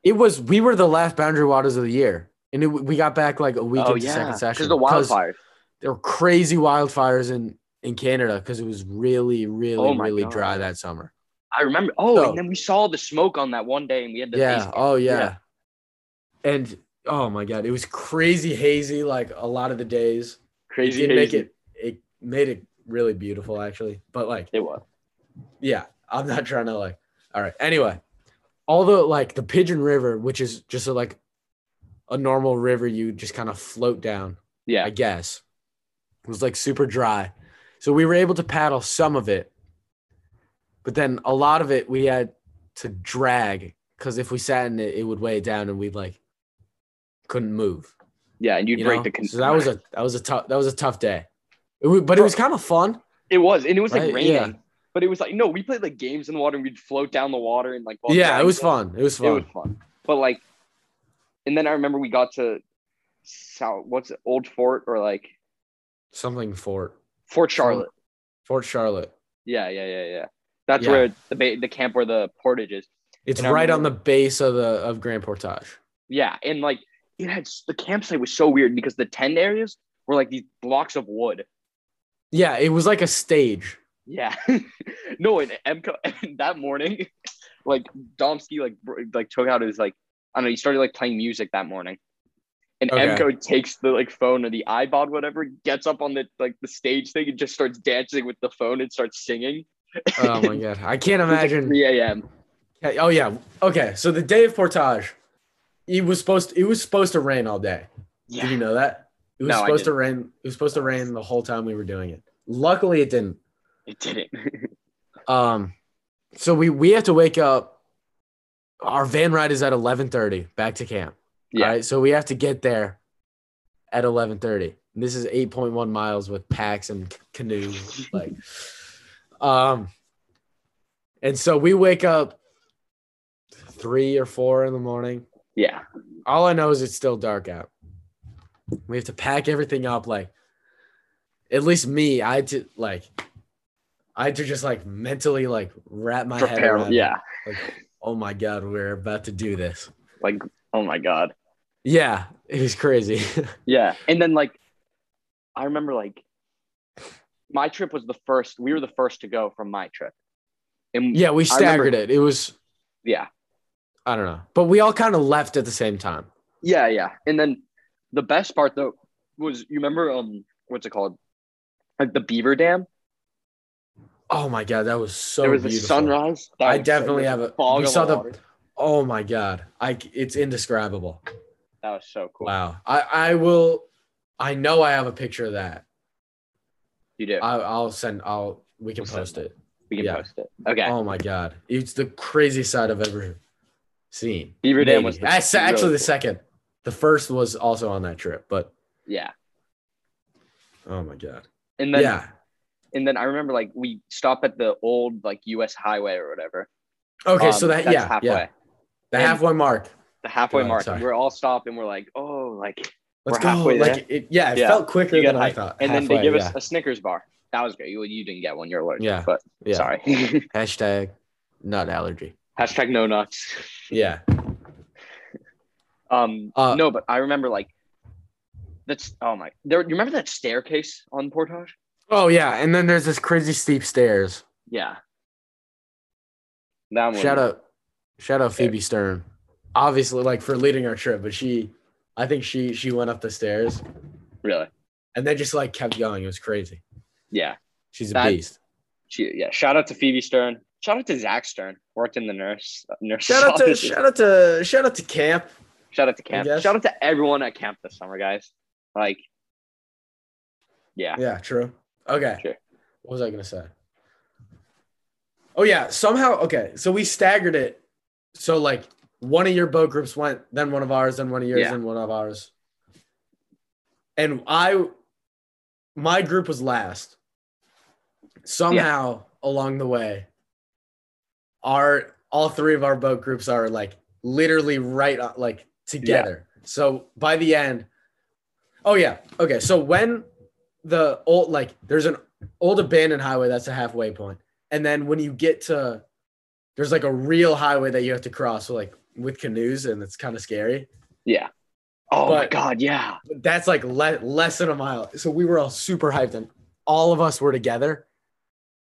B: it was we were the last boundary waters of the year, and it, we got back like a week
A: oh
B: into
A: yeah,
B: second
A: because
B: session
A: the wildfires.
B: There were crazy wildfires in in Canada because it was really, really,
A: Oh my
B: really
A: God.
B: dry that summer.
A: I remember. Oh,
B: So-
A: and then we saw the smoke on that one day, and we had the
B: yeah.
A: face-
B: Oh yeah.
A: Yeah.
B: And oh my god, it was crazy hazy like a lot of the days. It
A: crazy.
B: did make
A: hazy.
B: it it made it really beautiful actually. But like
A: It was.
B: yeah, I'm not trying to like all right. Anyway, although like the Pigeon River, which is just a, like a normal river you just kind of float down,
A: Yeah.
B: I guess, was like super dry. So we were able to paddle some of it, but then a lot of it we had to drag because if we sat in it, it would weigh down and we like couldn't move.
A: yeah, and you'd
B: you
A: break
B: know?
A: the. Con-
B: so that was a that was a tough that was a tough day, it wa- but it was kind of fun.
A: It was, and it was like
B: Right,
A: raining.
B: yeah.
A: But it was like no, we played like games in the water, and we'd float down the water and like.
B: yeah, it was
A: fun.
B: fun. It was fun.
A: It was fun. But like, and then I remember we got to South, what's it, Old Fort or like
B: Something Fort
A: Fort Charlotte.
B: Fort Charlotte.
A: Yeah, yeah, yeah, yeah. That's
B: Yeah.
A: where the ba- the camp where the portage is.
B: It's
A: And I
B: right on the
A: remember-
B: base of the of Grand Portage.
A: Yeah, and like it had s- the campsite was so weird because the tent areas were like these blocks of wood.
B: Yeah, it was like a stage.
A: Yeah. no, and Emco and that morning, like Domsky like br- like took out his like I don't know, he started like playing music that morning. And
B: Okay.
A: Emco takes the like phone or the iPod, whatever, gets up on the like the stage thing and just starts dancing with the phone and starts singing.
B: Oh my god, I can't
A: It was, like,
B: imagine.
A: 3 a.m.
B: Hey, Oh yeah, okay. So the day of Portage, it was supposed it was supposed to rain all day. Did you
A: Yeah.
B: know that? It was
A: No, I
B: supposed to rain. It was supposed to rain the whole time we were doing it. Luckily, it didn't.
A: It didn't.
B: Um, so we we have to wake up. Our van ride is at eleven thirty. Back to camp.
A: Yeah.
B: All right, so we have to get there at eleven thirty. This is eight point one miles with packs and c- canoe, like, um, and so we wake up three or four in the morning.
A: yeah.
B: All I know is it's still dark out. We have to pack everything up. Like, at least me, I had to like, I had to just like mentally like wrap my head
A: Prepare.
B: around. it.
A: Yeah.
B: Like, oh my god, we're about to do this.
A: Oh my god.
B: Yeah, it was crazy.
A: Yeah. And then like I remember like my trip was the first we were the first to go from my trip. And
B: yeah, we staggered it. It was
A: yeah.
B: I don't know, but we all kind of left at the same time.
A: Yeah, yeah. And then the best part though was you remember um what's it called? Like the beaver dam.
B: Oh my god, that was so.
A: there was a
B: beautiful.
A: sunrise. That
B: I
A: was-
B: definitely
A: there
B: have
A: was
B: a.
A: fog
B: We
A: on
B: saw
A: the
B: the.
A: water.
B: Oh my god, I it's indescribable.
A: That was so cool.
B: Wow, I I will. I know I have a picture of that.
A: You did.
B: I, I'll send. I'll we can
A: We'll send
B: post it.
A: we can
B: Uh, yeah.
A: post it. Okay.
B: Oh my god, it's the craziest sight I've ever seen.
A: beaver dam
B: Maybe.
A: was the,
B: That's actually
A: really
B: the second. The first was also on that trip, but
A: cool. yeah.
B: oh my god,
A: And then
B: yeah.
A: and then I remember like we stop at the old like U.S. highway or whatever.
B: Okay,
A: Um,
B: so that
A: that's
B: yeah,
A: halfway.
B: yeah, the
A: And-
B: halfway mark.
A: The halfway
B: Go ahead,
A: mark.
B: sorry.
A: We're all stopped and we're like, oh, like
B: Let's
A: We're
B: go.
A: halfway
B: like it, yeah, it
A: Yeah.
B: felt quicker
A: you got
B: than I
A: hype.
B: thought.
A: And then they
B: Halfway,
A: give us
B: yeah.
A: a Snickers bar. That was great. You, you didn't get one. You're allergic.
B: Yeah.
A: But
B: yeah.
A: sorry.
B: Hashtag nut allergy.
A: Hashtag no nuts.
B: Yeah.
A: Um.
B: Uh,
A: no, but I remember like that's oh my. There. You remember that staircase on Portage?
B: Oh yeah, and then there's this crazy steep stairs.
A: Yeah. That one.
B: Shout out, shout out Phoebe Stern. Obviously, like for leading our trip, but she, I think she she went up the stairs
A: Really.
B: and then just like kept going. It was crazy.
A: Yeah.
B: She's a
A: That-
B: beast.
A: She, yeah. Shout out to Phoebe Stern. Shout out to Zach Stern. Worked in the nurse. Nurse.
B: Shout out to
A: office.
B: shout out to shout out to camp.
A: Shout out to
B: I
A: camp.
B: guess.
A: Shout out to everyone at camp this summer, guys. Like, yeah,
B: Yeah, true. Okay.
A: Sure.
B: What was I gonna say? Oh yeah, somehow okay. So we staggered it. So like one of your boat groups went, then one of ours, then one of yours,
A: Yeah.
B: then one of ours. And I my group was last. Somehow along the way, our all three of our boat groups are like literally right on, like together. So by the end, oh yeah, okay. So when the old like there's an old abandoned highway that's a halfway point, and then when you get to there's like a real highway that you have to cross like with canoes, and it's kind of scary.
A: yeah. Oh my
B: But-
A: god, yeah,
B: But that's like le- less than a mile. So we were all super hyped, and all of us were together.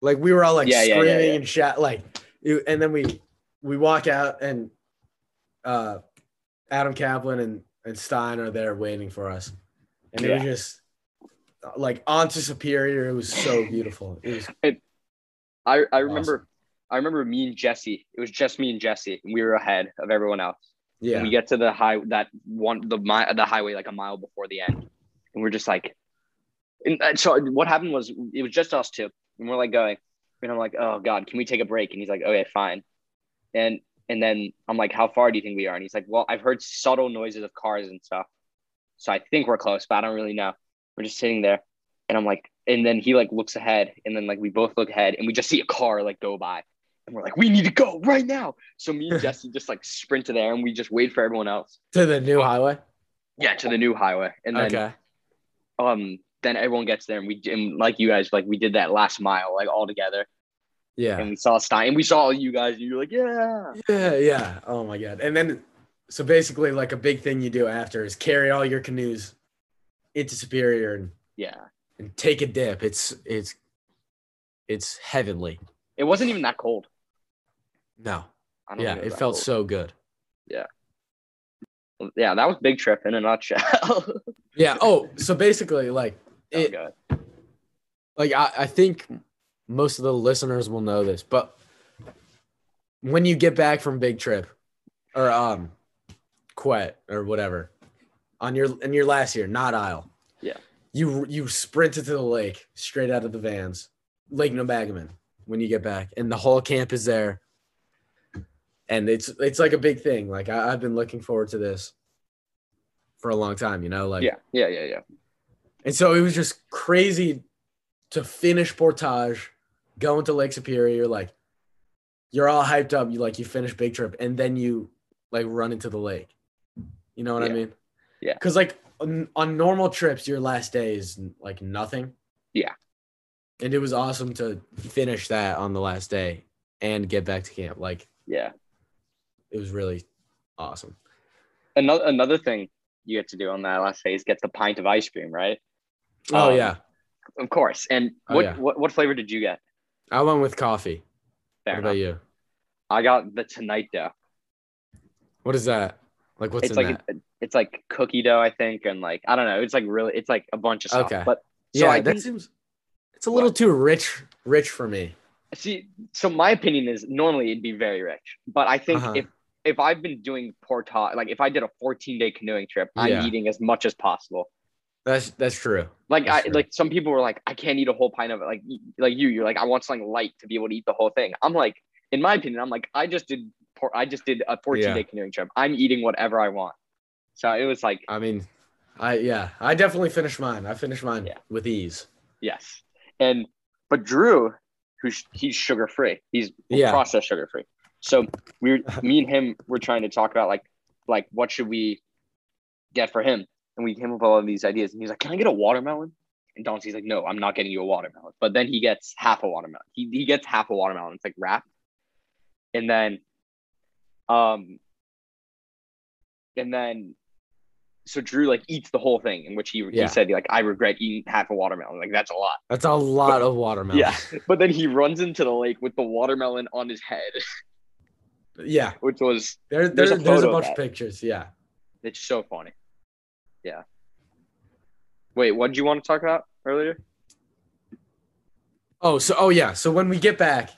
B: Like we were all like
A: Yeah, yeah, yeah,
B: screaming
A: yeah.
B: and shout, like, it- and then we we walk out, and uh, Adam Kaplan and and Stein are there waiting for us, and it was just like onto Superior. It was so beautiful. It was
A: I I remember, I remember me and Jesse. It was just me and Jesse, and we were ahead of everyone else. And
B: yeah,
A: we get to the high that one the mi- the highway like a mile before the end, and we're just like, and, and so what happened was it was just us two, and we're like going, and I'm like, oh god, can we take a break? And he's like, okay, fine, and and then I'm like, how far do you think we are? And he's like, well, I've heard subtle noises of cars and stuff, so I think we're close, but I don't really know. We're just sitting there, and I'm like, and then he like looks ahead, and then like we both look ahead, and we just see a car like go by, and we're like, we need to go right now. So me and Jesse just like sprint to there, and we just wait for everyone else.
B: to the new highway.
A: Yeah, to the new highway, and then
B: Okay,
A: um, then everyone gets there, and we and like you guys like we did that last mile like all together,
B: yeah,
A: and we saw Stein, and we saw you guys, and you're like, yeah,
B: yeah, yeah. Oh my god! And then so basically, like a big thing you do after is carry all your canoes into Superior and.
A: yeah.
B: and take a dip. It's it's it's heavenly.
A: It wasn't even that cold.
B: No,
A: I don't
B: yeah,
A: think
B: it
A: was that
B: felt
A: cold.
B: so good.
A: yeah, that was big trip in a nutshell.
B: Yeah. Oh, so basically, like it,
A: Okay.
B: like I, I think most of the listeners will know this, but when you get back from big trip or um quet or whatever on your in your last year, not Isle.
A: Yeah.
B: You you sprinted to the lake straight out of the vans, Lake Nobagaman. When you get back, and the whole camp is there, and it's it's like a big thing. Like I, I've been looking forward to this for a long time. You know, like
A: yeah, yeah, yeah, yeah.
B: and so it was just crazy to finish Portage, going to Lake Superior, like you're all hyped up, you like you finish Big Trip, and then you like run into the lake. You know what I
A: Yeah.
B: mean?
A: Yeah.
B: Because like on, on normal trips, your last day is like nothing.
A: Yeah.
B: And it was awesome to finish that on the last day and get back to camp. Like
A: Yeah.
B: it was really awesome.
A: Another another thing you get to do on that last day is get the pint of ice cream, right?
B: Oh
A: Um,
B: yeah,
A: Of course. And
B: Oh,
A: what
B: yeah.
A: what, what flavor did you get?
B: I went with coffee.
A: Fair
B: what about
A: enough.
B: you?
A: I got the tonight dough.
B: What is that? Like what's
A: it's
B: in
A: like
B: that?
A: it's like cookie dough, I think, and like I don't know. It's like really, it's like a bunch of stuff.
B: Okay.
A: But so
B: yeah,
A: I
B: that
A: didn't-
B: seems. It's a little too rich, rich for me.
A: see, so my opinion is normally it'd be very rich, but I think
B: Uh-huh.
A: if if I've been doing portage, like if I did a 14 day canoeing trip, I'm
B: Yeah.
A: eating as much as possible.
B: That's that's true.
A: Like
B: That's
A: I
B: true.
A: like some people were like, I can't eat a whole pint of it. Like y- like you, you're like, I want something light to be able to eat the whole thing. I'm like, in my opinion, I'm like, I just did por- I just did a 14
B: Yeah.
A: day canoeing trip. I'm eating whatever I want. So it was like,
B: I mean, I yeah, I definitely finished mine. I finished mine
A: Yeah.
B: with ease.
A: yes. And but Drew, who's he's sugar free. He's
B: Yeah.
A: processed sugar free. So we were, me and him were trying to talk about like like what should we get for him? And we came up with all of these ideas. And he's like, Can I get a watermelon? And Dauncey's like, No, I'm not getting you a watermelon. But then he gets half a watermelon. He, he gets half a watermelon. It's like wrapped. And then um and then so Drew like eats the whole thing, in which he,
B: Yeah.
A: he said like I regret eating half a watermelon. Like that's a lot.
B: That's a lot of watermelon.
A: Yeah. But then he runs into the lake with the watermelon on his head,
B: yeah.
A: which was
B: There, there-
A: There's
B: there's
A: a
B: a,
A: photo of
B: bunch of
A: that.
B: pictures. Yeah.
A: It's so funny. Yeah. Wait, what did you want to talk about earlier?
B: Oh, so oh yeah. So when we get back,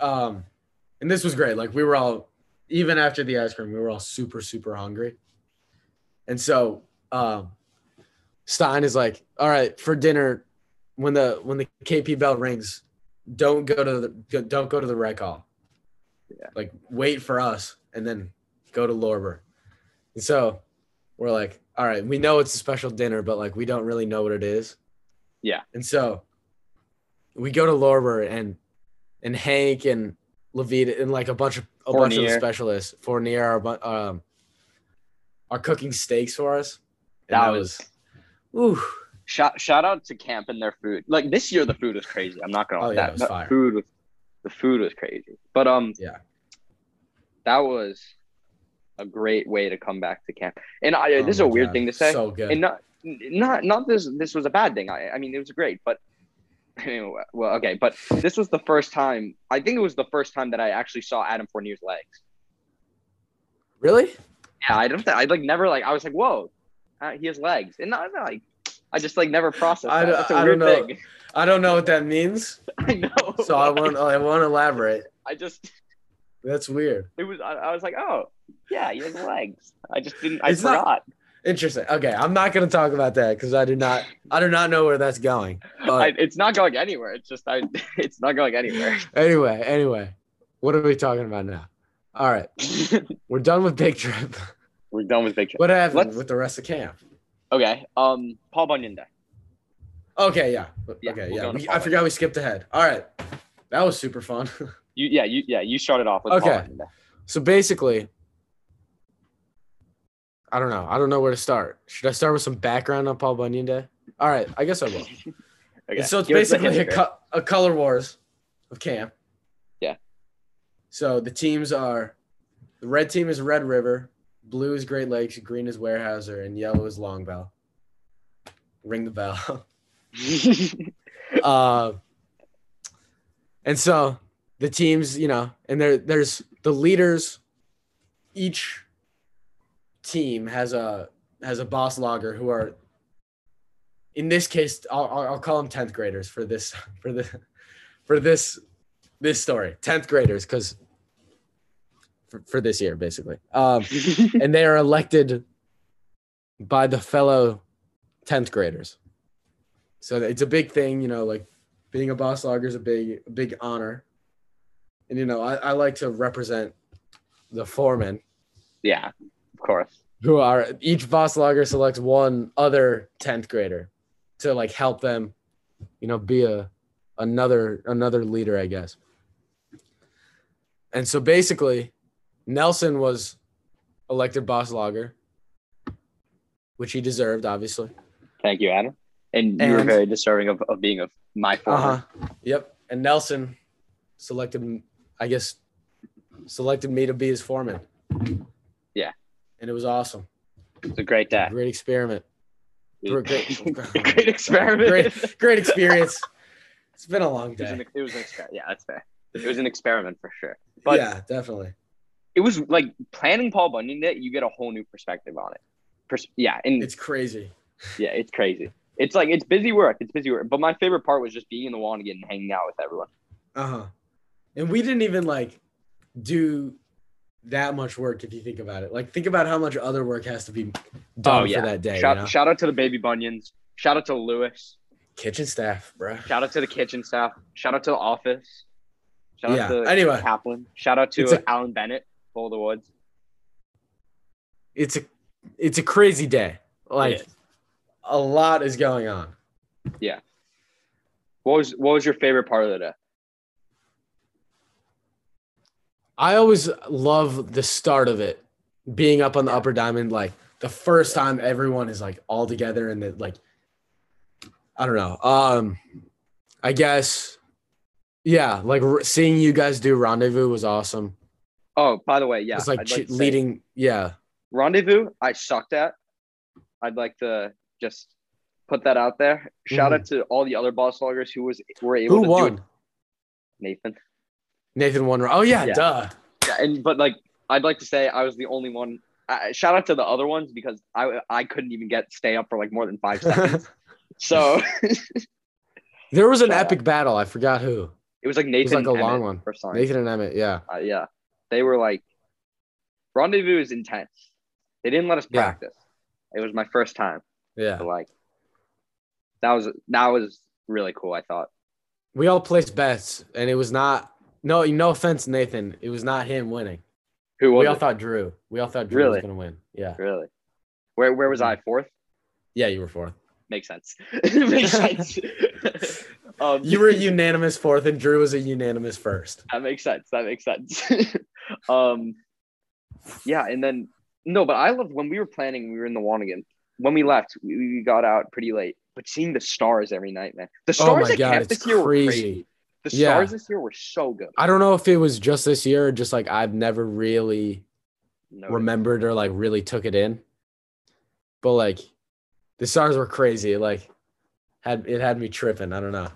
B: um, and this was great. Like we were all, even after the ice cream, we were all super super hungry, and so um, Stein is like, all right, for dinner, when the when the KP bell rings, don't go to the don't go to the rec hall.
A: Yeah.
B: Like wait for us and then go to Lorber. And so we're like, all right, we know it's a special dinner, but like we don't really know what it is.
A: Yeah.
B: And so we go to Lorber and and Hank and Levita and like a bunch of a bunch of the
A: Fournier.
B: specialists, Fournier are bu- um are cooking steaks for us. And
A: That
B: that,
A: was-
B: was, ooh,
A: Shout shout out to camp and their food. Like this year the food was crazy. I'm not gonna
B: Oh,
A: lie.
B: yeah,
A: that,
B: it was
A: that
B: fire.
A: food was the food was crazy. But um
B: Yeah.
A: That was a great way to come back to camp. And I
B: oh
A: this is a
B: my
A: weird
B: God,
A: thing to say.
B: So good.
A: and not not not this this was a bad thing. I I mean it was great, but anyway, well okay, but this was the first time I think it was the first time that I actually saw Adam Fournier's legs.
B: really?
A: Yeah, I don't think I like never like I was like whoa, uh, he has legs, and I like I just like never processed. that.
B: I don't-
A: That's a
B: I
A: weird
B: don't know.
A: thing.
B: I don't know what that means,
A: I know.
B: so I won't. I won't elaborate.
A: I just
B: That's weird.
A: it was I, I was like oh yeah he has legs. I just didn't. I
B: It's not-
A: forgot.
B: Interesting. Okay, I'm not gonna talk about that because I do not. I do not know where that's going.
A: I,
B: But
A: it's not going anywhere. It's just I. It's not going anywhere.
B: anyway, anyway, what are we talking about now? All right, we're done with Big Trip.
A: We're done with Big Trip.
B: What happened
A: Let's-
B: with the rest of camp?
A: Okay. Um. Paul Bunyan Day.
B: Okay, yeah.
A: Yeah,
B: okay,
A: we'll
B: yeah.
A: go into
B: We- I
A: Paul
B: forgot we skipped ahead. All right, that was super fun.
A: You yeah you yeah you started off with
B: Okay.
A: Paul Bunyan Day.
B: so basically, I don't know. I don't know where to start. Should I start with some background on Paul Bunyan Day? All right, I guess I will.
A: Okay.
B: So it's
A: Give us the
B: basically a,
A: history.
B: co- a color wars of camp.
A: Yeah.
B: So the teams are the red team is Red River, blue is Great Lakes, green is Warehouser, and yellow is Long Bell. Ring the bell. uh, and so the teams, you know, and there there's the leaders. Each team has a has a boss logger who are, in this case, I'll, I'll I'll call them tenth graders for this for the for this this story tenth graders because for, for this year basically. Um, and they are elected by the fellow 10th graders. So it's a big thing, you know, like being a boss logger is a big, a big honor. And, you know, I, I like to represent the foremen
A: yeah, of course.
B: who are each boss logger selects one other 10th grader to like help them, you know, be a another another leader, I guess. And so basically, Nelson was elected boss logger, which he deserved, obviously.
A: Thank you, Adam. And, you were
B: And- Uh-huh.
A: very deserving of, of being of my form.
B: huh. Yep. And Nelson selected, I guess, selected me to be his foreman.
A: Yeah.
B: And it was awesome.
A: It's a great day.
B: Great experiment. Great,
A: great experiment.
B: Great, great experience. It's been a long
A: It was, an,
B: day.
A: it was an experiment. Yeah, that's fair. It was an experiment for sure. But
B: yeah, definitely.
A: it was like planning Paul Bunyan Day, you get a whole new perspective on it. Pers- yeah, and
B: It's crazy.
A: yeah, it's crazy. It's like it's busy work. It's busy work. But my favorite part was just being in the Wanigan and hanging out with everyone.
B: Uh huh. And we didn't even like do that much work if you think about it. Like think about how much other work has to be done
A: Oh, yeah.
B: for that day.
A: shout,
B: you know?
A: shout out to the baby bunions. Shout out to Lewis.
B: Kitchen staff, bro.
A: Shout out to the kitchen staff. Shout out to the office. Shout
B: Yeah,
A: out to
B: anyway.
A: Kaplan. Shout out to
B: It's a-
A: Alan Bennett, Full of the Woods.
B: It's a it's a crazy day. Like
A: It
B: a lot is going on.
A: What was what was your favorite part of the day?
B: I always love the start of it, being up on the
A: Yeah.
B: upper diamond, like the first time everyone is like all together and that like I don't know. Um I guess yeah, like r- seeing you guys do rendezvous was awesome.
A: Oh, by the way, yeah,
B: it's like,
A: I'd
B: ch-
A: to say-
B: leading yeah.
A: rendezvous. I sucked at. I'd like to just put that out there. Shout out to all the other boss loggers who was were able
B: Mm. Who
A: to
B: won?
A: do it. Nathan.
B: Nathan won. Oh yeah,
A: Yeah.
B: duh.
A: Yeah, and but like I'd like to say I was the only one. I, shout out to the other ones because I I couldn't even get stay up for like more than five seconds. So
B: there was an
A: Shout out.
B: epic battle. I forgot who.
A: it was like
B: It was
A: Nathan.
B: like a
A: and
B: long
A: Emmett
B: one.
A: Or something.
B: Nathan and Emmett. Yeah.
A: Uh, yeah, they were like rendezvous is intense. They didn't let us
B: Yeah.
A: practice. It was my first time.
B: Yeah.
A: But like that was that was really cool. I thought.
B: We all placed bets and it was not no no offense, Nathan. It was not him winning.
A: Who was
B: We all
A: it?
B: thought Drew. We all thought Drew
A: Really?
B: was gonna win. Yeah.
A: really? Where where was I?
B: Mm-hmm.
A: Fourth?
B: Yeah, you were fourth.
A: Makes sense. Makes sense. um,
B: You were a unanimous fourth, and Drew was a unanimous first.
A: that makes sense. That makes sense. um, yeah, and then no, but I loved when we were planning. We were in the Wanigan. When we left, we, we got out pretty late. But seeing the stars every night, man. The
B: Oh
A: stars
B: my
A: at
B: god,
A: camp
B: it's
A: this year
B: crazy.
A: were crazy. The
B: Yeah.
A: stars this year were so good.
B: I don't know if it was just this year or just like I've never really
A: No,
B: remembered or like really took it in. But like the stars were crazy. It, Like had it had me tripping. I don't know.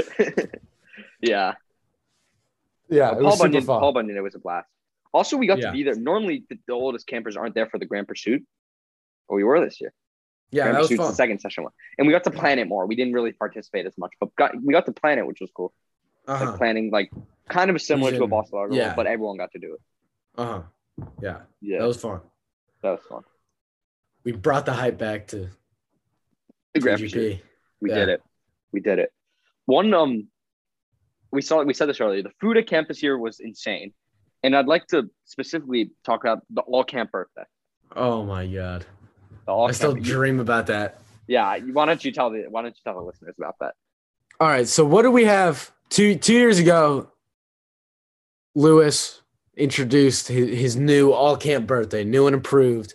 A: yeah.
B: Yeah,
A: Paul Bunyan. Paul Bunyan. It was a blast. Also, we got
B: Yeah.
A: to be there. Normally, the, the oldest campers aren't there for the Grand Pursuit, but we were this year.
B: yeah,
A: Grand
B: that was
A: Pursuit's
B: fun.
A: the second session one, and we got to plan it more. We didn't really participate as much, but got we got to plan it, which was cool.
B: Uh-huh.
A: Like planning, like kind of similar to a
B: Using-
A: boss logger,
B: yeah.
A: but everyone got to do it.
B: Uh-huh. Yeah,
A: Yeah,
B: that was fun.
A: fun.
B: We brought the hype back to
A: The Grand Pursuit.
B: TGP.
A: We
B: Yeah.
A: did it. We did it. One um we saw we said this earlier. The food at campus here was insane. And I'd like to specifically talk about the all camp birthday.
B: Oh my god.
A: The all
B: I still
A: camp-
B: dream about that.
A: Yeah, you- why don't you tell the why don't you tell the listeners about that?
B: All right. So what do we have? Two two years ago, Lewis introduced his, his new all camp birthday, new and improved.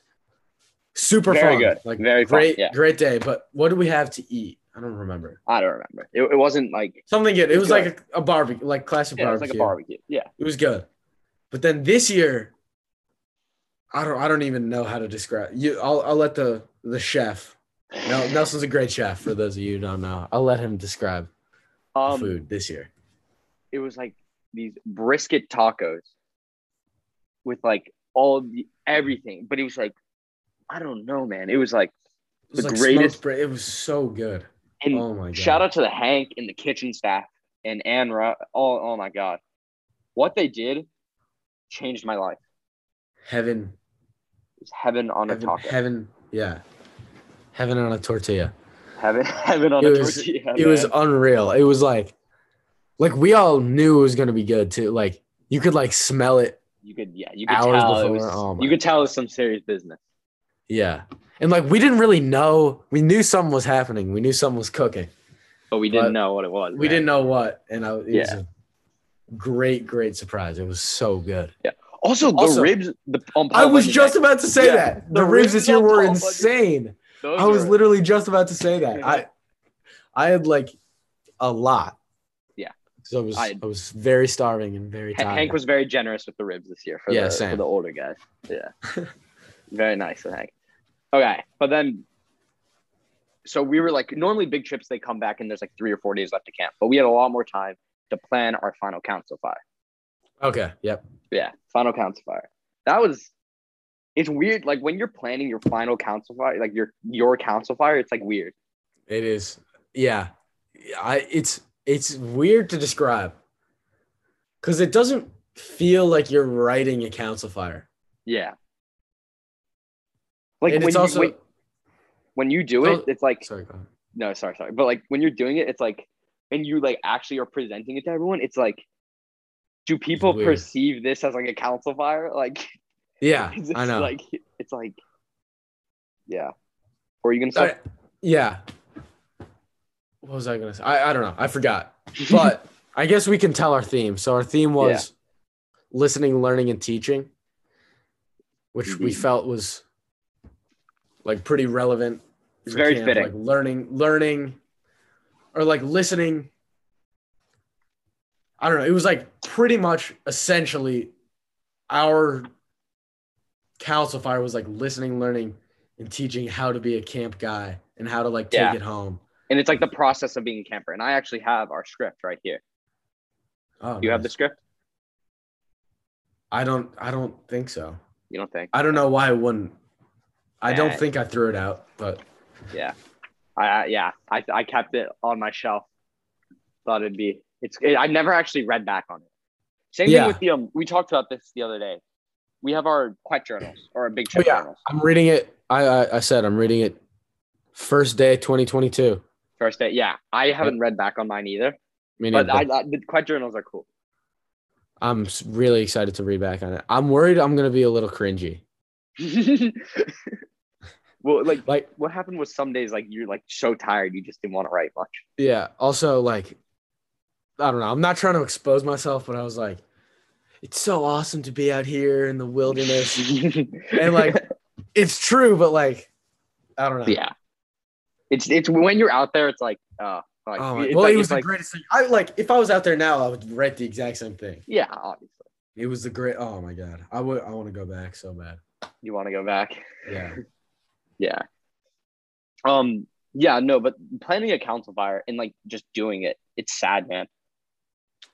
B: Super
A: Very
B: fun.
A: good.
B: Like
A: Very fun,
B: great,
A: yeah.
B: great day. But what do we have to eat? I don't remember.
A: I don't remember. It, it wasn't like
B: Something good. It was
A: Good.
B: like a, a barbecue, like classic
A: yeah, it was
B: barbecue.
A: like a barbecue. Yeah.
B: It was good. But then this year, I don't I don't even know how to describe you. I'll I'll let the the chef. Nel- Nelson's a great chef for those of you who don't know. I'll let him describe the
A: Um
B: food this year.
A: it was like these brisket tacos with like all the everything. But it was like I don't know, man. It was like
B: It was
A: the
B: like
A: greatest-
B: smoked bra- it was so good.
A: and
B: oh my god!
A: Shout out to the Hank and the kitchen staff and Anra. Oh, oh my God. What they did changed my life.
B: heaven,
A: It's heaven on a
B: heaven,
A: taco.
B: heaven, yeah, heaven on a tortilla.
A: Heaven, heaven on
B: It
A: a
B: was-
A: tortilla.
B: it was
A: man.
B: unreal. It was like, like we all knew it was gonna be good too. Like you could like smell it.
A: you could, yeah, you could
B: hours
A: tell. it
B: before,
A: was-
B: oh my
A: you could tell it was some serious business.
B: Yeah, and like we didn't really know. We knew something was happening. We knew something was cooking.
A: But we didn't
B: But
A: know what it was.
B: We
A: man.
B: didn't know what, and I, it was a great, great surprise. It was so good.
A: Also, the
B: Also-
A: ribs. The, on
B: I was
A: Paul
B: just
A: Bunyan,
B: about to say
A: Yeah,
B: that
A: the
B: the ribs
A: ribs
B: this year
A: on
B: were
A: Paul Bunyan.
B: insane.
A: those
B: I was
A: were-
B: literally just about to say that.
A: Yeah.
B: I I had like a lot.
A: Yeah.
B: So I was I,
A: I-
B: was very starving and very
A: Han-
B: tired.
A: Hank was very generous with the ribs this year for,
B: Yeah,
A: the,
B: same.
A: for the older guys. Yeah. Very nice, I think. Okay, but then, so we were like, normally big trips they come back and there's like three or four days left to camp, but we had a lot more time to plan our final council fire.
B: Okay. Yep.
A: Yeah, final council fire. That was. It's weird, like when you're planning your final council fire, like your your council fire, it's like weird.
B: It is. Yeah. I it's it's weird to describe. Cause it doesn't feel like you're writing a council fire.
A: Yeah. Like
B: and
A: when
B: it's
A: you,
B: also
A: when, when you do it,
B: Don't-
A: it's like
B: sorry, go ahead.
A: no, sorry, sorry, but like when you're doing it, it's like, and you like actually are presenting it to everyone. It's like, do people
B: weird.
A: perceive this as like a council fire? Like,
B: Yeah,
A: is this
B: I know.
A: Like, it's like, yeah. Or are you gonna
B: All
A: start?
B: right. Yeah. What was I gonna say? I, I don't know. I forgot. But I guess we can tell our theme. So our theme was listening, learning, and teaching, which we
A: Mhm.
B: felt was like pretty relevant.
A: It's
B: for
A: very
B: camp.
A: fitting.
B: Like learning, learning, or like listening. I don't know. It was like pretty much essentially our council fire was like listening, learning, and teaching how to be a camp guy and how to like take
A: Yeah.
B: it home.
A: and it's like the process of being a camper. And I actually have our script right here.
B: Oh,
A: Do you have the
B: nice.
A: script?
B: I don't. I don't think so.
A: You don't think?
B: I don't know why I wouldn't. I don't
A: Nah.
B: think I threw it out, but
A: I, I yeah, I I kept it on my shelf. Thought it'd be it's. It, I never actually read back on it. Same
B: Yeah.
A: thing with the um. We talked about this the other day. We have our quet journals or our big trip
B: Oh, yeah.
A: journals.
B: I'm reading it. I, I I said I'm reading it. First day, 2022.
A: First day, yeah. I haven't read back on mine either,
B: Me
A: but
B: neither.
A: I, I the quet journals are cool.
B: I'm s- really excited to read back on it. I'm worried I'm gonna be a little cringy.
A: well, like
B: Like,
A: what happened was some days like you're like so tired you just didn't want to write much.
B: yeah. Also, like, I don't know. I'm not trying to expose myself, but I was like, it's so awesome to be out here in the wilderness, and like, it's true, but like, I don't know.
A: yeah, it's it's when you're out there, it's like uh, like,
B: Oh, my-
A: it's
B: well,
A: like,
B: it was
A: it's
B: the
A: like
B: greatest thing. I like if I was out there now, I would write the exact same thing.
A: yeah, obviously
B: It was the great. Oh my god, I would. I want to go back so bad.
A: you want to go back.
B: Yeah.
A: Yeah. Um. Yeah. No. But planning a council fire and like just doing it, it's sad, man.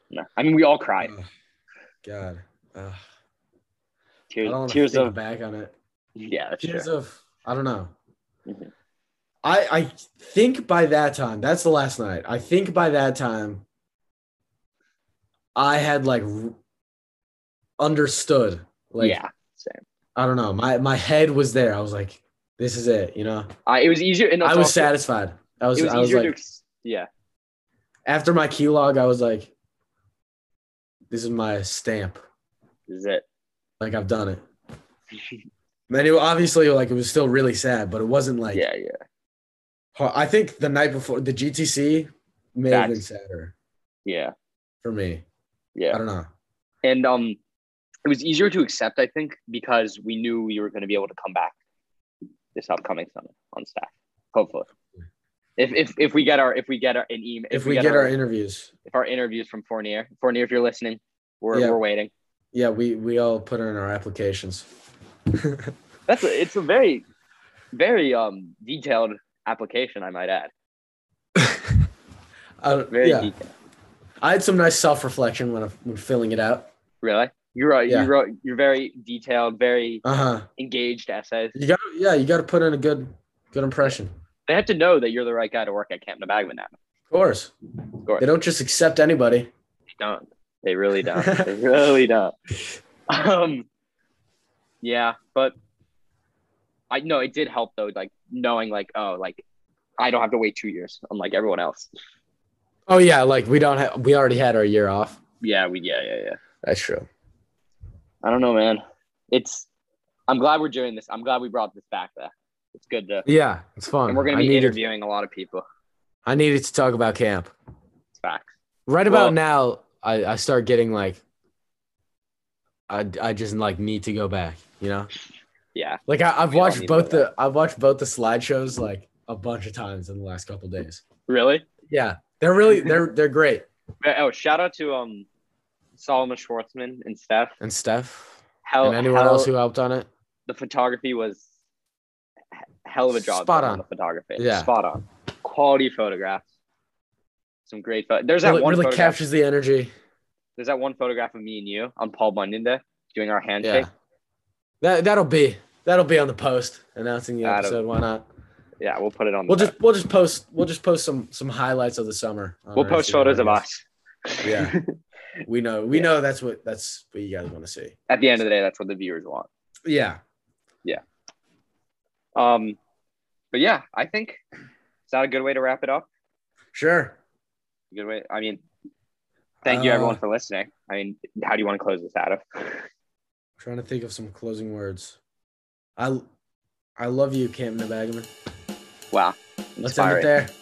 A: No. I mean, we all cried.
B: Ugh, God. Ugh, I don't
A: Tears,
B: want to
A: tears
B: think
A: of
B: back on it.
A: yeah. That's true.
B: Tears of. I don't know.
A: Mhm.
B: I I think by that time, that's the last night. I think by that time, I had like r- understood. Like
A: yeah. Same.
B: I don't know. My my head was there. I was like, this is it. You know.
A: I, Uh, it was easier. And
B: I
A: it's
B: was
A: also-
B: satisfied. I was.
A: It was
B: I was
A: easier
B: like.
A: to. ex- Yeah.
B: after my key log, I was like, this is my stamp.
A: This is it.
B: Like I've done it. And it obviously like it was still really sad, but it wasn't like
A: yeah. Yeah.
B: hard. I think the night before the GTC may have been
A: That's-
B: sadder
A: Yeah.
B: for me. I
A: Yeah.
B: don't know.
A: And um, it was easier to accept, I think, because we knew we were going to be able to come back this upcoming summer on staff, hopefully. If, if, if we get our if we get our an email
B: If, we, get our interviews,
A: if our interviews from Fournier. Fournier, if you're listening, we're,
B: Yeah.
A: we're waiting.
B: yeah, we we all put in our applications.
A: That's a, it's a very, very um detailed application, I might add.
B: I don't-
A: Very
B: Uh, yeah,
A: detailed.
B: I had some nice self reflection when I, when filling it out.
A: Really, you wrote
B: Yeah.
A: you wrote you're very detailed, very
B: Uh huh.
A: engaged essays.
B: You got yeah, you got to put in a good good impression.
A: They have to know that you're the right guy to work at Camp Nebagman now.
B: Of course,
A: course.
B: they don't just accept anybody.
A: They don't. They really don't. they really don't. Um, yeah, but I know it did help though, like knowing like oh like I don't have to wait two years unlike everyone else.
B: Oh yeah, like we don't have we already had our year off.
A: Yeah, we yeah yeah yeah.
B: That's true.
A: I don't know, man. It's. I'm glad we're doing this. I'm glad we brought this back. Though it's good to.
B: Yeah, it's fun.
A: And we're going to
B: I
A: be
B: needed,
A: interviewing a lot of people.
B: I needed to talk about camp.
A: It's back.
B: Right about
A: Well-
B: now, I, I start getting like I I just like need to go back, you know?
A: Yeah.
B: Like I, I've
A: We all
B: watched
A: need to go
B: both the I've watched both the slideshows like a bunch of times in the last couple days.
A: Really?
B: Yeah. They're really they're they're great.
A: Oh, shout out to um, Solomon Schwartzman and Steph.
B: And Steph
A: Hell,
B: and anyone
A: hell-
B: else who helped on it.
A: the photography was h- hell of a job.
B: Spot
A: done
B: on.
A: the photography.
B: Yeah.
A: Spot on. Quality photographs. Some great photos. There's that
B: really,
A: one
B: really
A: photograph.
B: captures the energy.
A: There's that one photograph of me and you on Paul Bunyan Day doing our handshake.
B: Yeah. That that'll be that'll be on the post announcing the
A: That'll-
B: episode. Why not?
A: Yeah, we'll put it on. The
B: We'll just we'll just post we'll just post some some highlights of the summer. on
A: we'll
B: our
A: post
B: Instagram,
A: photos
B: I
A: of
B: guess.
A: us.
B: Oh, Yeah. We know we
A: Yeah.
B: know that's what that's what you guys want to see.
A: At the end of the day, that's what the viewers want.
B: Yeah.
A: Um, but yeah, I think is that a good way to wrap it up?
B: Sure.
A: Good way. I mean, thank you everyone
B: Uh,
A: for listening. I mean, how do you want to close this out of?
B: Trying to think of some closing words. I I love you, Camp Nabagaman.
A: Wow.
B: Let's end
A: Inspiring.
B: it there.